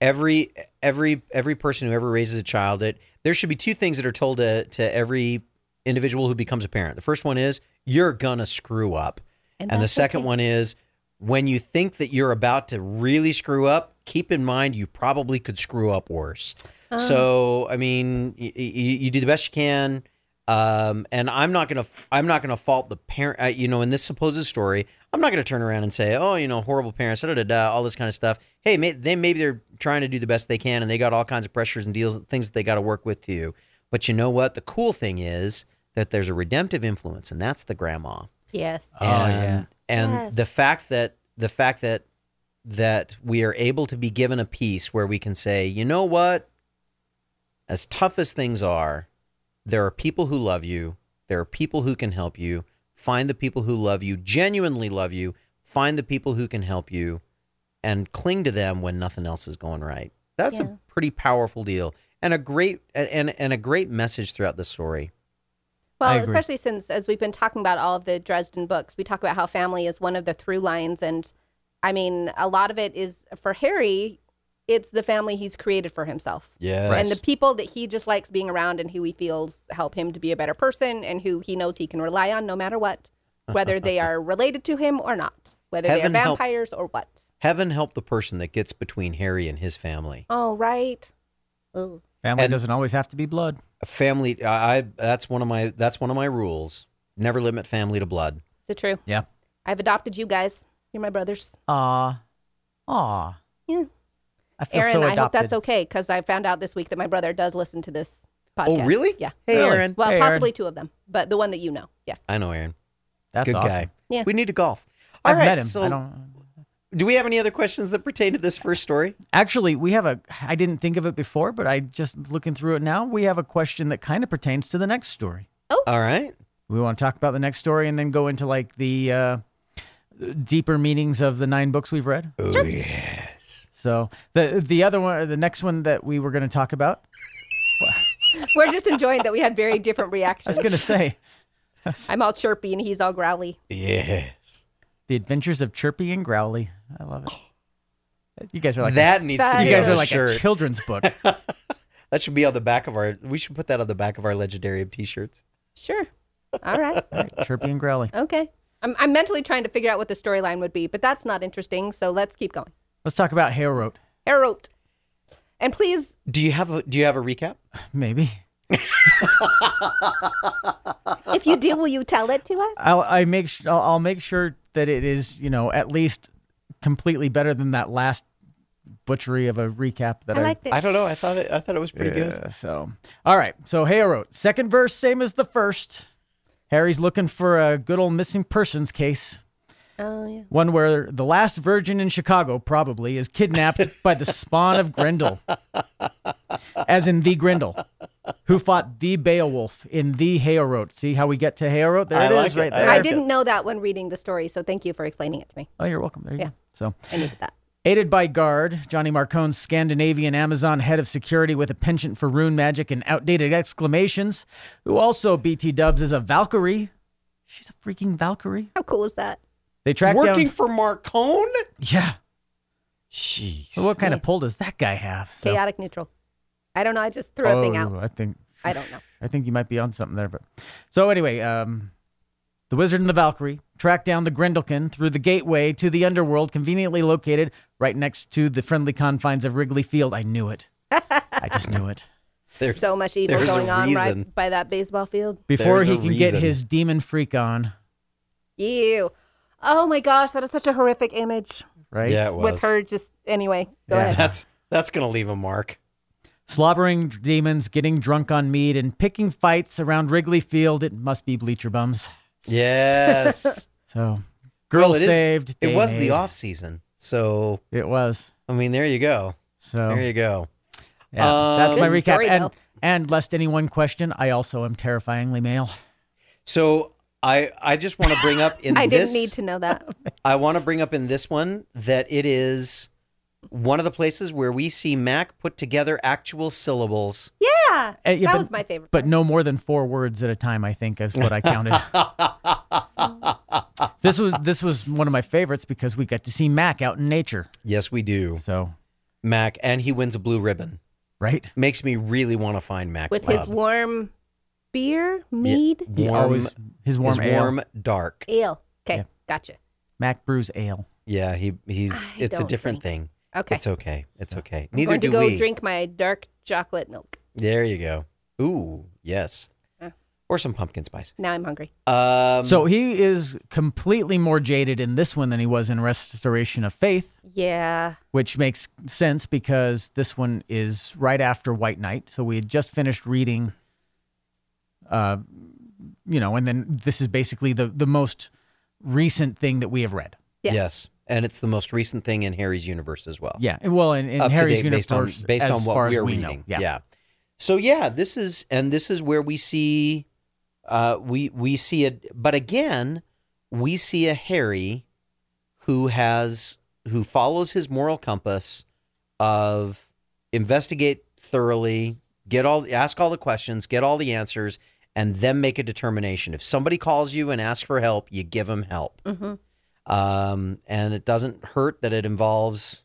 Speaker 6: every every every person who ever raises a child it there should be two things that are told to, to every individual who becomes a parent. The first one is you're gonna screw up. And, the
Speaker 5: that's
Speaker 6: second
Speaker 5: okay.
Speaker 6: one is when you think that you're about to really screw up, keep in mind you probably could screw up worse.
Speaker 5: Uh-huh.
Speaker 6: So I mean, you, you do the best you can, um, and I'm not gonna I'm not gonna fault the parent. Uh, you know, in this supposed story, I'm not gonna turn around and say, oh, you know, horrible parents, da da da, all this kind of stuff. Hey, may, they maybe they're trying to do the best they can, and they got all kinds of pressures and deals, things that they got to work with too. But you know what? The cool thing is that there's a redemptive influence, and that's the grandma
Speaker 5: Yes.
Speaker 2: Oh, yeah.
Speaker 6: and, and
Speaker 5: Yes.
Speaker 6: the fact that the fact that that we are able to be given a piece where we can say you know what as tough as things are there are people who love you there are people who can help you find the people who love you genuinely love you find the people who can help you and cling to them when nothing else is going right. That's
Speaker 5: Yeah.
Speaker 6: a pretty powerful deal and a great and and a great message throughout the story.
Speaker 2: I
Speaker 5: Well,
Speaker 2: agree.
Speaker 5: especially since, as we've been talking about all of the Dresden books, we talk about how family is one of the through lines. And I mean, a lot of it is for Harry, it's the family he's created for himself.
Speaker 6: Yeah.
Speaker 5: And the people that he just likes being around and who he feels help him to be a better person and who he knows he can rely on no matter what, whether they are related to him or not, whether
Speaker 6: Heaven
Speaker 5: they are
Speaker 6: help.
Speaker 5: vampires or what.
Speaker 6: Heaven help the person that gets between Harry and his family.
Speaker 5: Oh, right. Ooh.
Speaker 2: Family
Speaker 6: And-
Speaker 2: doesn't always have to be blood.
Speaker 6: A family I, I that's one of my that's one of my rules. Never limit family to blood.
Speaker 5: Is it true?
Speaker 2: Yeah.
Speaker 5: I've adopted you guys. You're my brothers.
Speaker 2: Aw. Aw.
Speaker 5: Yeah.
Speaker 2: I feel
Speaker 5: Aaron,
Speaker 2: so
Speaker 5: I
Speaker 2: adopted.
Speaker 5: hope that's okay because I found out this week that my brother does listen to this podcast.
Speaker 6: Oh, really?
Speaker 5: Yeah.
Speaker 6: Hey,
Speaker 2: Really?
Speaker 6: Aaron.
Speaker 5: Well,
Speaker 2: Hey, Aaron.
Speaker 5: possibly two of them, but the one that you know. Yeah.
Speaker 6: I know Aaron.
Speaker 2: That's
Speaker 6: Good
Speaker 2: awesome.
Speaker 6: guy.
Speaker 5: Yeah.
Speaker 6: We need to golf. All
Speaker 2: I've
Speaker 6: right,
Speaker 2: met him.
Speaker 6: So
Speaker 2: I don't.
Speaker 6: do we have any other questions that pertain to this first story?
Speaker 2: Actually, we have a. I didn't think of it before, but I just looking through it now. We have a question that kind of pertains to the next story.
Speaker 6: All right.
Speaker 2: We want to talk about the next story and then go into like the uh, deeper meanings of the nine books we've read.
Speaker 6: Oh yes.
Speaker 2: So the the other one, the next one that we were going to talk about,
Speaker 5: We're just enjoying that we had very different
Speaker 2: I was
Speaker 5: reactions.
Speaker 2: going to say
Speaker 5: I'm all chirpy and he's all growly.
Speaker 6: Yes.
Speaker 2: the Adventures of Chirpy and Growly. I love it. You guys are like
Speaker 6: that needs to
Speaker 5: That
Speaker 6: be
Speaker 2: you guys
Speaker 6: on
Speaker 2: are
Speaker 6: a
Speaker 2: like a
Speaker 6: shirt.
Speaker 2: children's book.
Speaker 6: that should be on the back of our we should put that on the back of our legendarium t-shirts.
Speaker 5: Sure. All right.
Speaker 2: Chirpy and Growly.
Speaker 5: Okay. I'm, I'm mentally trying to figure out what the storyline would be, but that's not interesting. So let's keep going.
Speaker 2: Let's talk about Harrote,
Speaker 5: Arrow. And please,
Speaker 6: Do you have a do you have a recap?
Speaker 2: maybe.
Speaker 5: if you do, will you tell it to us?
Speaker 2: I'll I make su- I'll, I'll make sure that it is you know at least completely better than that last butchery of a recap that I,
Speaker 5: I liked it.
Speaker 6: I don't know. I thought it I thought it was pretty good.
Speaker 2: Yeah, So all right, so Harrote, second verse, same as the first. Harry's looking for a good old missing persons case.
Speaker 5: Oh, yeah.
Speaker 2: One where the last virgin in Chicago probably is kidnapped by the spawn of Grendel, as in the Grendel, who fought the Beowulf in the Heorot. See how we get to Heorot? There
Speaker 6: I
Speaker 2: it is,
Speaker 6: like it.
Speaker 2: right
Speaker 6: I
Speaker 2: there.
Speaker 5: I
Speaker 6: like
Speaker 5: didn't know that when reading the story, so thank you for explaining it to me.
Speaker 2: Oh, you're welcome. There you
Speaker 5: Yeah.
Speaker 2: go. So,
Speaker 5: I needed that.
Speaker 2: aided by guard Johnny Marcone's Scandinavian Amazon head of security with a penchant for rune magic and outdated exclamations, who also BT dubs as a Valkyrie. She's a freaking Valkyrie.
Speaker 5: How cool is that?
Speaker 2: They track
Speaker 6: Working
Speaker 2: down.
Speaker 6: for Marcone?
Speaker 2: Yeah.
Speaker 6: Jeez.
Speaker 2: What kind of pull does that guy have? So-
Speaker 5: Chaotic neutral. I don't know. I just threw a thing out.
Speaker 2: Oh, I think
Speaker 5: I don't know.
Speaker 2: I think you might be on something there, but so anyway, um, the wizard and the Valkyrie track down the Grendelkin through the gateway to the underworld, conveniently located right next to the friendly confines of Wrigley Field. I knew it. I just knew it.
Speaker 6: There's-
Speaker 5: so much evil
Speaker 6: there's a
Speaker 5: going on
Speaker 6: reason.
Speaker 5: right by that baseball field.
Speaker 2: Before
Speaker 6: There's
Speaker 2: he
Speaker 6: a
Speaker 2: can get
Speaker 6: reason.
Speaker 2: his demon freak on,
Speaker 5: Ew. Oh my gosh, that is such a horrific image
Speaker 2: right?
Speaker 6: Yeah, it was.
Speaker 5: with her. Just anyway, go
Speaker 2: Yeah.
Speaker 5: ahead.
Speaker 6: That's that's gonna leave a mark.
Speaker 2: Slobbering demons, getting drunk on mead, and picking fights around Wrigley Field. It must be bleacher bums.
Speaker 6: Yes.
Speaker 2: So, girl
Speaker 6: Well, it is-
Speaker 2: saved.
Speaker 6: it
Speaker 2: day
Speaker 6: was the
Speaker 2: made.
Speaker 6: off season. So
Speaker 2: It was.
Speaker 6: I mean there you go.
Speaker 2: So
Speaker 6: There you go.
Speaker 2: Yeah, that's
Speaker 6: Um,
Speaker 2: my
Speaker 5: Good
Speaker 2: recap.
Speaker 5: story,
Speaker 2: and
Speaker 5: though.
Speaker 2: and lest anyone question, I also am terrifyingly male.
Speaker 6: So I I just want to bring up in
Speaker 5: I
Speaker 6: this
Speaker 5: didn't need to know that.
Speaker 6: I want to bring up in this one that it is one of the places where we see Mac put together actual syllables.
Speaker 5: Yeah,
Speaker 2: Uh, yeah,
Speaker 5: that
Speaker 2: but-
Speaker 5: was my favorite.
Speaker 2: But no more than four words at a time, I think, is what I counted. this was this was one of my favorites because we got to see Mac out in nature.
Speaker 6: Yes, we do.
Speaker 2: So
Speaker 6: Mac and he wins a blue ribbon.
Speaker 2: right,
Speaker 6: Makes me really want to find Mac's
Speaker 5: with
Speaker 6: pub.
Speaker 5: his warm beer, mead,
Speaker 2: He
Speaker 6: warm,
Speaker 2: always- his warm
Speaker 6: his
Speaker 2: ale.
Speaker 6: warm dark.
Speaker 5: ale. Okay,
Speaker 2: Yeah.
Speaker 5: gotcha.
Speaker 2: Mac brews ale.
Speaker 6: Yeah, he he's
Speaker 5: I
Speaker 6: it's a
Speaker 5: don't
Speaker 6: different thing.
Speaker 5: Okay,
Speaker 6: It's okay. It's okay.
Speaker 5: I'm
Speaker 6: Neither
Speaker 5: going
Speaker 6: do
Speaker 5: to go
Speaker 6: we.
Speaker 5: drink my dark chocolate milk.
Speaker 6: There you go. Ooh, yes.
Speaker 5: Yeah.
Speaker 6: Or some pumpkin spice.
Speaker 5: Now I'm hungry.
Speaker 6: Um,
Speaker 2: so he is completely more jaded in this one than he was in Restoration of Faith,
Speaker 5: Yeah,
Speaker 2: which makes sense because this one is right after White Knight. So we had just finished reading, uh, you know, and then this is basically the the most recent thing that we have read.
Speaker 5: Yeah.
Speaker 6: yes, and it's the most recent thing in Harry's universe as well.
Speaker 2: Yeah, well, in, in
Speaker 6: Up to
Speaker 2: Harry's
Speaker 6: date based on
Speaker 2: universe,
Speaker 6: based
Speaker 2: as
Speaker 6: on
Speaker 2: far
Speaker 6: what we're
Speaker 2: as we
Speaker 6: reading.
Speaker 2: know. Yeah.
Speaker 6: So yeah, this is and this is where we see, uh, we we see it, but again, we see a Harry who has who follows his moral compass of investigate thoroughly, get all ask all the questions, get all the answers, and then make a determination. If somebody calls you and asks for help, you give them help.
Speaker 5: Mm-hmm.
Speaker 6: Um, and it doesn't hurt that it involves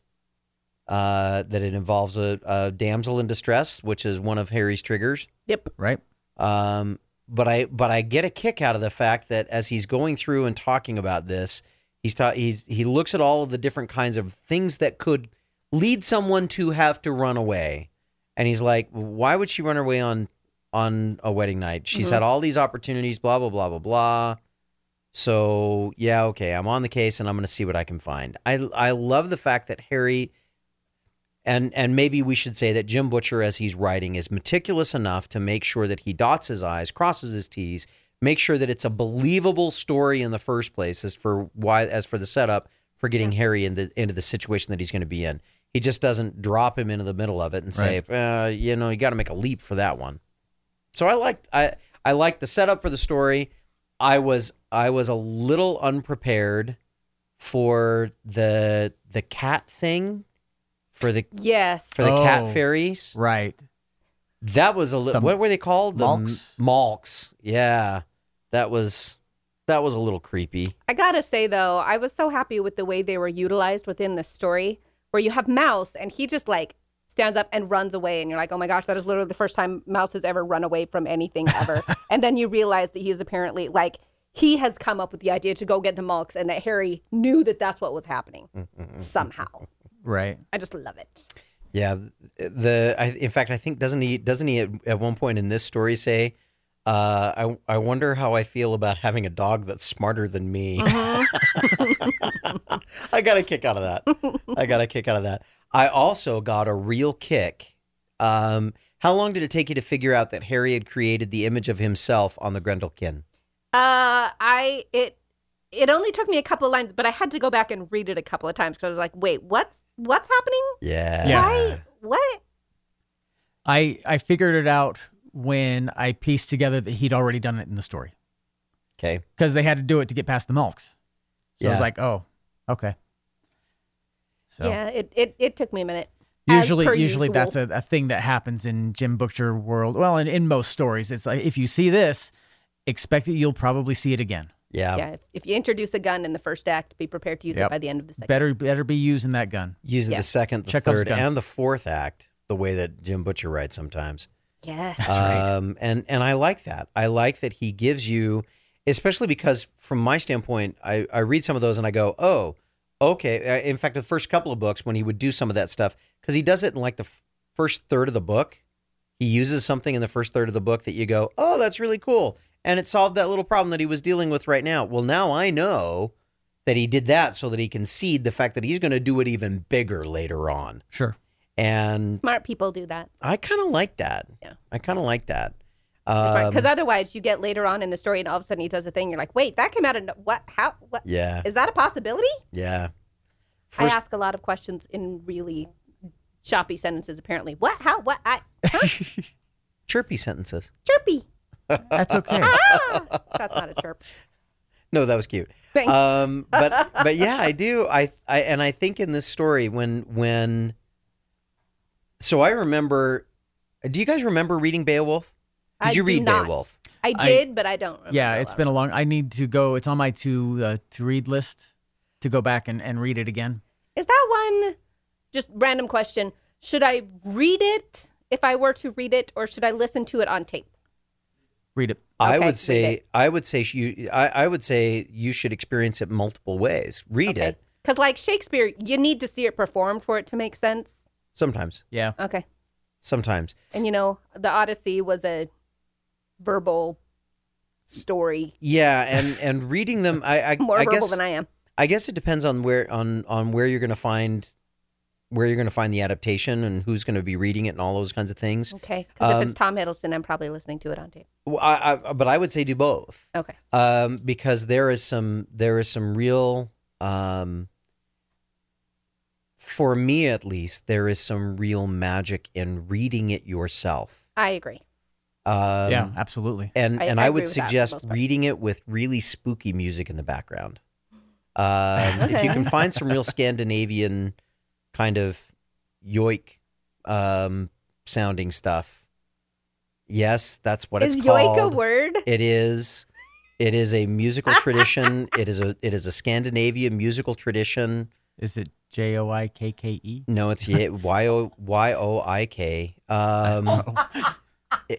Speaker 6: uh, that it involves a, a damsel in distress, which is one of Harry's triggers.
Speaker 5: Yep.
Speaker 2: right?
Speaker 6: Um, but I but I get a kick out of the fact that as he's going through and talking about this, he's ta- he's he looks at all of the different kinds of things that could lead someone to have to run away, and he's like, why would she run away on on a wedding night? She's
Speaker 5: Mhm.
Speaker 6: had all these opportunities, blah blah blah blah blah. So yeah, okay, I'm on the case and I'm going to see what I can find. I I love the fact that Harry and and maybe we should say that Jim Butcher, as he's writing, is meticulous enough to make sure that he dots his I's, crosses his T's, make sure that it's a believable story in the first place as for why as for the setup for getting Harry in the, into the situation that he's going to be in. He just doesn't drop him into the middle of it and say, uh, you know, you got to make a leap for that one. So I liked I I liked the setup for the story. I was I was a little unprepared for the the cat thing for the
Speaker 5: Yes.
Speaker 6: for the cat
Speaker 2: Oh.
Speaker 6: fairies.
Speaker 2: Right.
Speaker 6: That was a
Speaker 2: The
Speaker 6: little. What were they called? The m-
Speaker 2: Malks?
Speaker 6: Malks. Yeah, that was that was a little creepy.
Speaker 5: I gotta say though, I was so happy with the way they were utilized within the story, where you have Mouse and he just like stands up and runs away, and you're like, oh my gosh, that is literally the first time Mouse has ever run away from anything ever. and then you realize that he is apparently like he has come up with the idea to go get the Malks, and that Harry knew that that's what was happening somehow.
Speaker 2: Right.
Speaker 5: I just love it.
Speaker 6: Yeah, the I, in fact I think doesn't he doesn't he at, at one point in this story say, uh, I I wonder how I feel about having a dog that's smarter than me. I got a kick out of that. I got a kick out of that. I also got a real kick. Um, how long did it take you to figure out that Harry had created the image of himself on the Grendelkin?
Speaker 5: Uh, I it it only took me a couple of lines, but I had to go back and read it a couple of times because I was like, wait, what's what's happening?
Speaker 6: Yeah.
Speaker 2: Yeah.
Speaker 5: Why? What?
Speaker 2: I I figured it out when I pieced together that he'd already done it in the story
Speaker 6: Okay.
Speaker 2: because they had to do it to get past the Malks. So I
Speaker 6: Yeah.
Speaker 2: was like, oh, okay. So
Speaker 5: Yeah, it, it it took me a minute. as
Speaker 2: usually
Speaker 5: per
Speaker 2: usually
Speaker 5: usual.
Speaker 2: that's a, a thing that happens in Jim Butcher world. Well, in, in most stories, it's like if you see this, expect that you'll probably see it again.
Speaker 6: Yeah.
Speaker 5: yeah, if, if you introduce a gun in the first act, be prepared to use
Speaker 2: Yep.
Speaker 5: it by the end of the second.
Speaker 2: Better better be using that gun.
Speaker 6: Using
Speaker 5: Yeah.
Speaker 6: the second, the
Speaker 2: Chekhov's
Speaker 6: third,
Speaker 2: gun.
Speaker 6: and the fourth act the way that Jim Butcher writes sometimes.
Speaker 5: Yes.
Speaker 2: right.
Speaker 6: um, and and I like that. I like that he gives you, especially because from my standpoint, I, I read some of those and I go, oh, okay. Uh, In fact, the first couple of books when he would do some of that stuff, because he does it in like the f- first third of the book, he uses something in the first third of the book that you go, oh, that's really cool, and it solved that little problem that he was dealing with right now. Well, now I know that he did that so that he concede the fact that he's going to do it even bigger later on,
Speaker 2: Sure.
Speaker 6: and
Speaker 5: Smart people do that.
Speaker 6: I kind of like that.
Speaker 5: Yeah.
Speaker 6: I kind of like that. Um,
Speaker 5: Because otherwise, you get later on in the story, and all of a sudden he does a thing. You're like, wait, that came out of no- what? How? What?
Speaker 6: yeah,
Speaker 5: Is that a possibility?
Speaker 6: yeah.
Speaker 5: I
Speaker 6: First,
Speaker 5: ask a lot of questions in really choppy sentences. Apparently, what? How? What? I
Speaker 6: chirpy sentences.
Speaker 5: chirpy.
Speaker 2: That's okay.
Speaker 5: Ah! That's not a chirp.
Speaker 6: No, that was cute.
Speaker 5: Thanks.
Speaker 6: Um, but but yeah, I do. I, I and I think in this story when when. So I remember. Do you guys remember reading Beowulf? Did
Speaker 5: I
Speaker 6: you
Speaker 5: do
Speaker 6: read
Speaker 5: not.
Speaker 6: Beowulf?
Speaker 5: I
Speaker 2: I-
Speaker 5: did, but I don't. Remember
Speaker 2: yeah,
Speaker 5: a
Speaker 2: it's
Speaker 5: lot.
Speaker 2: been a long. I need to go. It's on my to uh, to read list to go back and, and read it again.
Speaker 5: Is that one just random question? Should I read it if I were to read it, or should I listen to it on tape?
Speaker 2: Read it.
Speaker 6: I
Speaker 5: Okay,
Speaker 6: would
Speaker 5: read
Speaker 6: say
Speaker 5: it.
Speaker 6: I would say you I, I would say you should experience it multiple ways. Read it
Speaker 5: Because like Shakespeare, you need to see it performed for it to make sense.
Speaker 6: sometimes.
Speaker 2: Yeah.
Speaker 5: Okay.
Speaker 6: Sometimes.
Speaker 5: And you know, the Odyssey was a verbal story,
Speaker 6: Yeah, and and reading them I I,
Speaker 5: more
Speaker 6: I
Speaker 5: verbal
Speaker 6: guess
Speaker 5: than I am.
Speaker 6: I guess it depends on where on on where you're going to find where you're going to find the adaptation and who's going to be reading it and all those kinds of things.
Speaker 5: Okay. Because if
Speaker 6: Um,
Speaker 5: it's Tom Hiddleston, I'm probably listening to it on tape.
Speaker 6: Well, I, I, but I would say do both
Speaker 5: Okay.
Speaker 6: um, because there is some there is some real um, for me at least there is some real magic in reading it yourself.
Speaker 5: I agree.
Speaker 6: Um,
Speaker 2: yeah. Absolutely.
Speaker 6: and
Speaker 5: I-
Speaker 6: and
Speaker 5: I
Speaker 6: I
Speaker 5: agree
Speaker 6: would
Speaker 5: with that for the
Speaker 6: suggest
Speaker 5: most part.
Speaker 6: reading it with really spooky music in the background. Uh, If you
Speaker 5: Okay.
Speaker 6: can find some real Scandinavian kind of yoik um, sounding stuff, yes, that's what
Speaker 5: Is
Speaker 6: it's
Speaker 5: yoik
Speaker 6: called.
Speaker 5: a word?
Speaker 6: It is. It is a musical tradition. it is a it is a Scandinavia musical tradition.
Speaker 2: Is it J O I K K E?
Speaker 6: No, it's y y o y o i k. Um,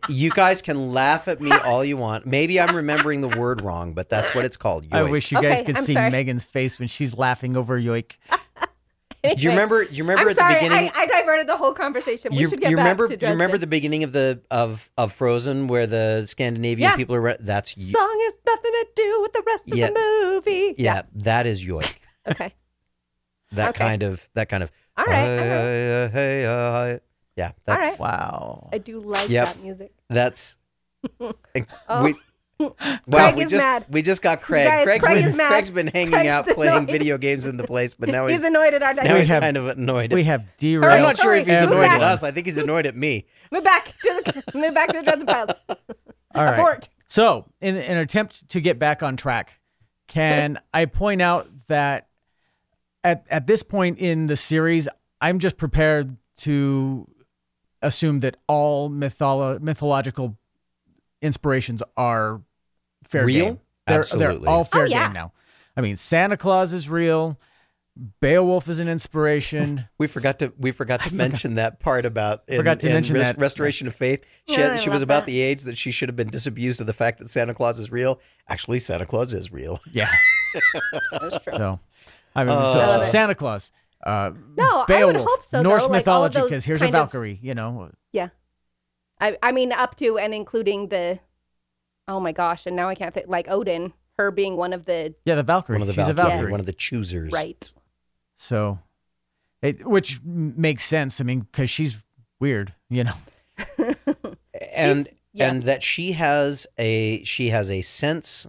Speaker 6: you guys can laugh at me all you want. Maybe I'm remembering the word wrong, but that's what it's called.
Speaker 2: I
Speaker 6: yoik.
Speaker 2: wish you guys
Speaker 5: Okay,
Speaker 2: could
Speaker 5: I'm
Speaker 2: see
Speaker 5: sorry.
Speaker 2: Megan's face when she's laughing over yoik.
Speaker 6: Do you remember? You remember
Speaker 5: I'm
Speaker 6: at
Speaker 5: sorry,
Speaker 6: the beginning?
Speaker 5: I, I diverted the whole conversation. We
Speaker 6: you,
Speaker 5: should get
Speaker 6: you
Speaker 5: back
Speaker 6: remember?
Speaker 5: to
Speaker 6: you remember the
Speaker 5: Dresden.
Speaker 6: beginning of the of of Frozen where the Scandinavian
Speaker 5: Yeah.
Speaker 6: people are? re- That's y-
Speaker 5: song has nothing to do with the rest
Speaker 6: Yeah.
Speaker 5: of the movie.
Speaker 6: yeah, That is yoik.
Speaker 5: Okay.
Speaker 6: That
Speaker 5: Okay.
Speaker 6: kind of that kind of.
Speaker 5: All right. all right.
Speaker 6: "Hey, uh, hey, uh, hey." yeah. That's
Speaker 5: right.
Speaker 2: Wow.
Speaker 5: I do like
Speaker 6: Yep.
Speaker 5: that music.
Speaker 6: that's.
Speaker 5: Oh.
Speaker 6: We, Wow,
Speaker 5: Craig
Speaker 6: we
Speaker 5: is
Speaker 6: just
Speaker 5: mad.
Speaker 6: we just got Craig.
Speaker 5: guys,
Speaker 6: Craig's
Speaker 5: Craig
Speaker 6: been
Speaker 5: is mad.
Speaker 6: Craig's been hanging
Speaker 5: Craig's
Speaker 6: out playing
Speaker 5: annoyed.
Speaker 6: video games in the place, but now he's
Speaker 5: he's annoyed at our
Speaker 6: now
Speaker 5: diversity.
Speaker 6: he's
Speaker 2: have-
Speaker 6: kind of annoyed.
Speaker 2: We have derailed.
Speaker 5: right,
Speaker 6: I'm not sure if he's
Speaker 5: Sorry,
Speaker 6: annoyed at
Speaker 5: everyone.
Speaker 6: us. I think he's annoyed at me.
Speaker 5: Move back to the move back to the Dresden Files.
Speaker 2: All right.
Speaker 5: Abort.
Speaker 2: So, in, in an attempt to get back on track, can I point out that at, at this point in the series, I'm just prepared to assume that all mytholo- mythological inspirations are fair
Speaker 6: Real?
Speaker 2: game. They're,
Speaker 6: Absolutely.
Speaker 2: they're all fair
Speaker 5: Oh, yeah.
Speaker 2: game now. I mean, Santa Claus is real. Beowulf is an inspiration.
Speaker 6: We forgot to we forgot to mention that part about in,
Speaker 2: Forgot to
Speaker 6: in
Speaker 2: mention
Speaker 6: Res-
Speaker 2: that.
Speaker 6: restoration of faith. She,
Speaker 5: Yeah, I
Speaker 6: she was
Speaker 5: love
Speaker 6: about
Speaker 5: that.
Speaker 6: the age that she should have been disabused of the fact that Santa Claus is real. Actually, Santa Claus is real.
Speaker 2: yeah.
Speaker 5: That's true.
Speaker 2: So, I mean,
Speaker 6: Uh,
Speaker 2: so-
Speaker 5: I
Speaker 2: so,
Speaker 5: love it.
Speaker 2: Santa Claus. Uh,
Speaker 5: No, I would
Speaker 2: Beowulf,
Speaker 5: hope so,
Speaker 2: Norse
Speaker 5: though, like, all of
Speaker 2: mythology,
Speaker 5: those
Speaker 2: because here's a
Speaker 5: kind of-
Speaker 2: Valkyrie, you know.
Speaker 5: I, I mean, up to and including the, oh my gosh, and now I can't think, like Odin, her being one of the,
Speaker 2: Yeah, the Valkyrie.
Speaker 6: One of the
Speaker 2: She's
Speaker 6: Valkyries,
Speaker 2: a Valkyrie.
Speaker 6: one of the choosers.
Speaker 5: right.
Speaker 2: So, it, which m- makes sense. I mean, because she's weird, you know.
Speaker 6: and
Speaker 5: She's- yeah.
Speaker 6: and that she has a she has a sense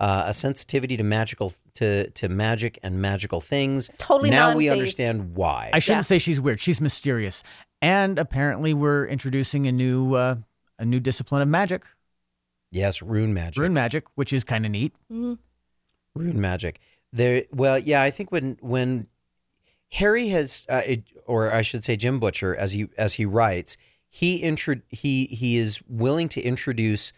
Speaker 6: uh, a sensitivity to magical to to magic and magical things.
Speaker 5: Totally
Speaker 6: now we
Speaker 5: non-phased.
Speaker 6: understand why.
Speaker 2: I shouldn't
Speaker 5: Yeah.
Speaker 2: say she's weird. She's mysterious. And apparently, we're introducing a new uh, a new discipline of magic,
Speaker 6: yes, rune magic.
Speaker 2: rune magic, which is kind of neat.
Speaker 5: Mhm.
Speaker 6: Rune magic. There. Well, yeah. I think when when Harry has, uh, it, or I should say, Jim Butcher, as he as he writes, he intro he he is willing to introduce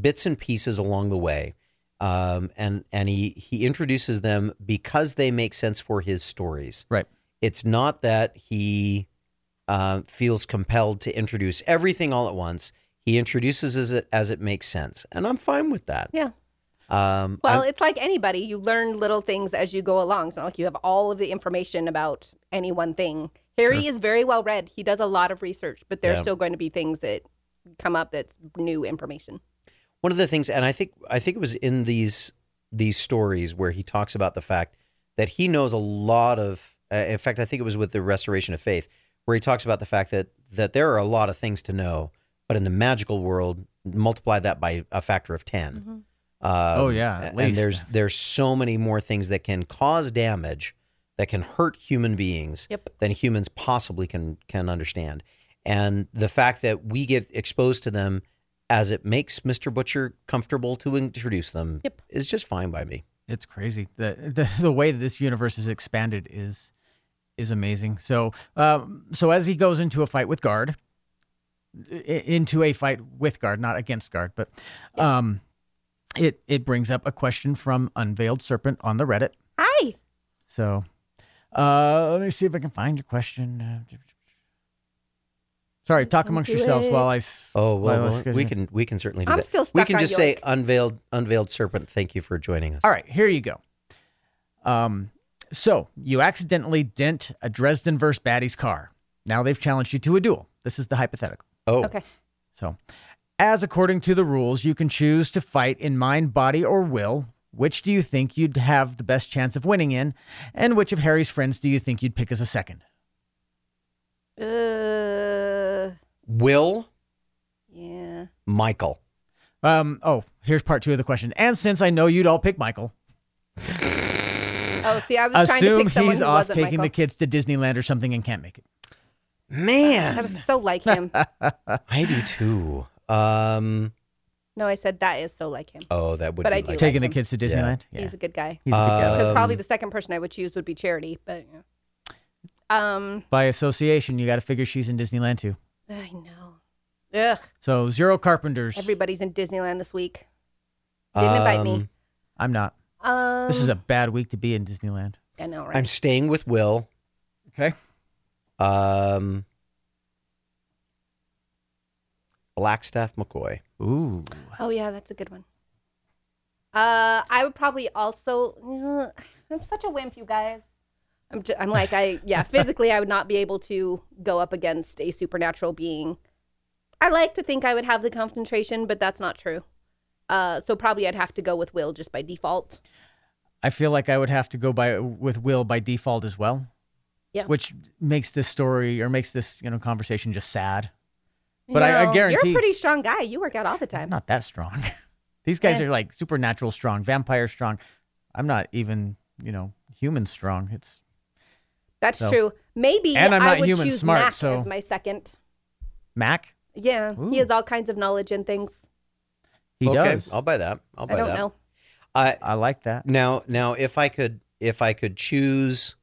Speaker 6: bits and pieces along the way, um, and and he he introduces them because they make sense for his stories.
Speaker 2: Right.
Speaker 6: It's not that he uh, feels compelled to introduce everything all at once. He introduces as it as it makes sense, and I'm fine with that.
Speaker 5: Yeah.
Speaker 6: Um,
Speaker 5: Well,
Speaker 6: I'm-
Speaker 5: it's like anybody. You learn little things as you go along. It's not like you have all of the information about any one thing. Harry is very well read. He does a lot of research, but there's
Speaker 6: Yeah.
Speaker 5: still going to be things that come up that's new information.
Speaker 6: one of the things and i think i think it was in these these stories where he talks about the fact that he knows a lot of uh, in fact i think it was with the restoration of faith where he talks about the fact that that there are a lot of things to know but in the magical world multiply that by a factor of 10
Speaker 5: Mm-hmm.
Speaker 2: Mm-hmm.
Speaker 6: um,
Speaker 2: Oh, yeah, at
Speaker 6: and
Speaker 2: least.
Speaker 6: there's there's so many more things that can cause damage, that can hurt human beings
Speaker 5: Yep.
Speaker 6: than humans possibly can can understand, and the fact that we get exposed to them as it makes Mr. Butcher comfortable to introduce them
Speaker 5: Yep.
Speaker 6: is just fine by me.
Speaker 2: It's crazy. The, the the way that this universe is expanded is is amazing. So um, so as he goes into a fight with guard, i- into a fight with guard, not against guard, but um, it it brings up a question from Unveiled Serpent on the Reddit.
Speaker 5: Hi.
Speaker 2: So uh, let me see if I can find your question. Uh, Sorry, talk
Speaker 5: Don't
Speaker 2: amongst
Speaker 5: do
Speaker 2: yourselves
Speaker 5: it.
Speaker 2: while I. s-
Speaker 6: Oh well,
Speaker 2: while I
Speaker 6: well,
Speaker 2: schedule-
Speaker 6: we can we can certainly do
Speaker 5: I'm
Speaker 6: that.
Speaker 5: still
Speaker 6: we
Speaker 5: stuck
Speaker 6: can
Speaker 5: on
Speaker 6: just say
Speaker 5: Yoink.
Speaker 6: unveiled unveiled serpent. Thank you for joining us.
Speaker 2: All right, here you go. Um, so you accidentally dent a Dresden verse baddie's car. Now they've challenged you to a duel. This is the hypothetical.
Speaker 6: Oh,
Speaker 5: Okay.
Speaker 2: So, as according to the rules, you can choose to fight in mind, body, or will. Which do you think you'd have the best chance of winning in? And which of Harry's friends do you think you'd pick as a second?
Speaker 5: Uh,
Speaker 6: Will
Speaker 5: yeah.
Speaker 6: Michael.
Speaker 2: Um, oh, here's part two of the question. And since I know you'd all pick Michael,
Speaker 5: Oh, see, I was trying to
Speaker 2: assume
Speaker 5: pick someone
Speaker 2: he's
Speaker 5: who
Speaker 2: off
Speaker 5: wasn't
Speaker 2: taking the
Speaker 5: Michael.
Speaker 2: kids to Disneyland or something and can't make it.
Speaker 5: I
Speaker 6: Man,
Speaker 5: was so like him.
Speaker 6: I do too. Um,
Speaker 5: No, I said that is so like him.
Speaker 6: Oh, that would
Speaker 5: But
Speaker 6: be
Speaker 5: I do
Speaker 6: like-
Speaker 5: like-
Speaker 2: Taking the
Speaker 5: him.
Speaker 2: kids to Disneyland. Yeah.
Speaker 5: He's a good guy.
Speaker 2: He's a good guy.
Speaker 5: Because probably
Speaker 6: Um,
Speaker 5: the second person I would choose would be Charity, but yeah. um,
Speaker 2: By association, you got to figure she's in Disneyland too.
Speaker 5: I know. Ugh,
Speaker 2: So zero carpenters.
Speaker 5: everybody's in Disneyland this week. Didn't invite me.
Speaker 6: Um,
Speaker 2: I'm not.
Speaker 5: Um,
Speaker 2: This is a bad week to be in Disneyland.
Speaker 5: I know, right?
Speaker 6: I'm staying with Will.
Speaker 2: Okay.
Speaker 6: Um, Blackstaff McCoy.
Speaker 2: Ooh.
Speaker 5: Oh yeah, that's a good one. Uh, I would probably also. I'm such a wimp, you guys. I'm, ju- I'm like I yeah. Physically, I would not be able to go up against a supernatural being. I like to think I would have the concentration, but that's not true. Uh, so probably I'd have to go with Will just by default.
Speaker 2: I feel like I would have to go by with Will by default as well.
Speaker 5: Yeah.
Speaker 2: Which makes this story or makes this you know conversation just sad. But I- I
Speaker 5: you're
Speaker 2: guarantee-
Speaker 5: a pretty strong guy. You work out all the
Speaker 2: I'm
Speaker 5: time.
Speaker 2: not that strong. These guys
Speaker 5: Yeah.
Speaker 2: are like supernatural strong, vampire strong. I'm not even you know human strong. It's
Speaker 5: That's
Speaker 2: So-
Speaker 5: true. Maybe
Speaker 2: And I'm
Speaker 5: I
Speaker 2: not
Speaker 5: would
Speaker 2: human
Speaker 5: choose
Speaker 2: smart,
Speaker 5: Mac
Speaker 2: so-
Speaker 5: as my second.
Speaker 2: Mac.
Speaker 5: Yeah,
Speaker 2: Ooh.
Speaker 5: he has all kinds of knowledge and things.
Speaker 2: He
Speaker 6: okay,
Speaker 2: does.
Speaker 6: I'll buy that. I'll buy
Speaker 5: I don't
Speaker 6: that.
Speaker 5: know.
Speaker 6: I
Speaker 2: I like that.
Speaker 6: now now if I could if I could choose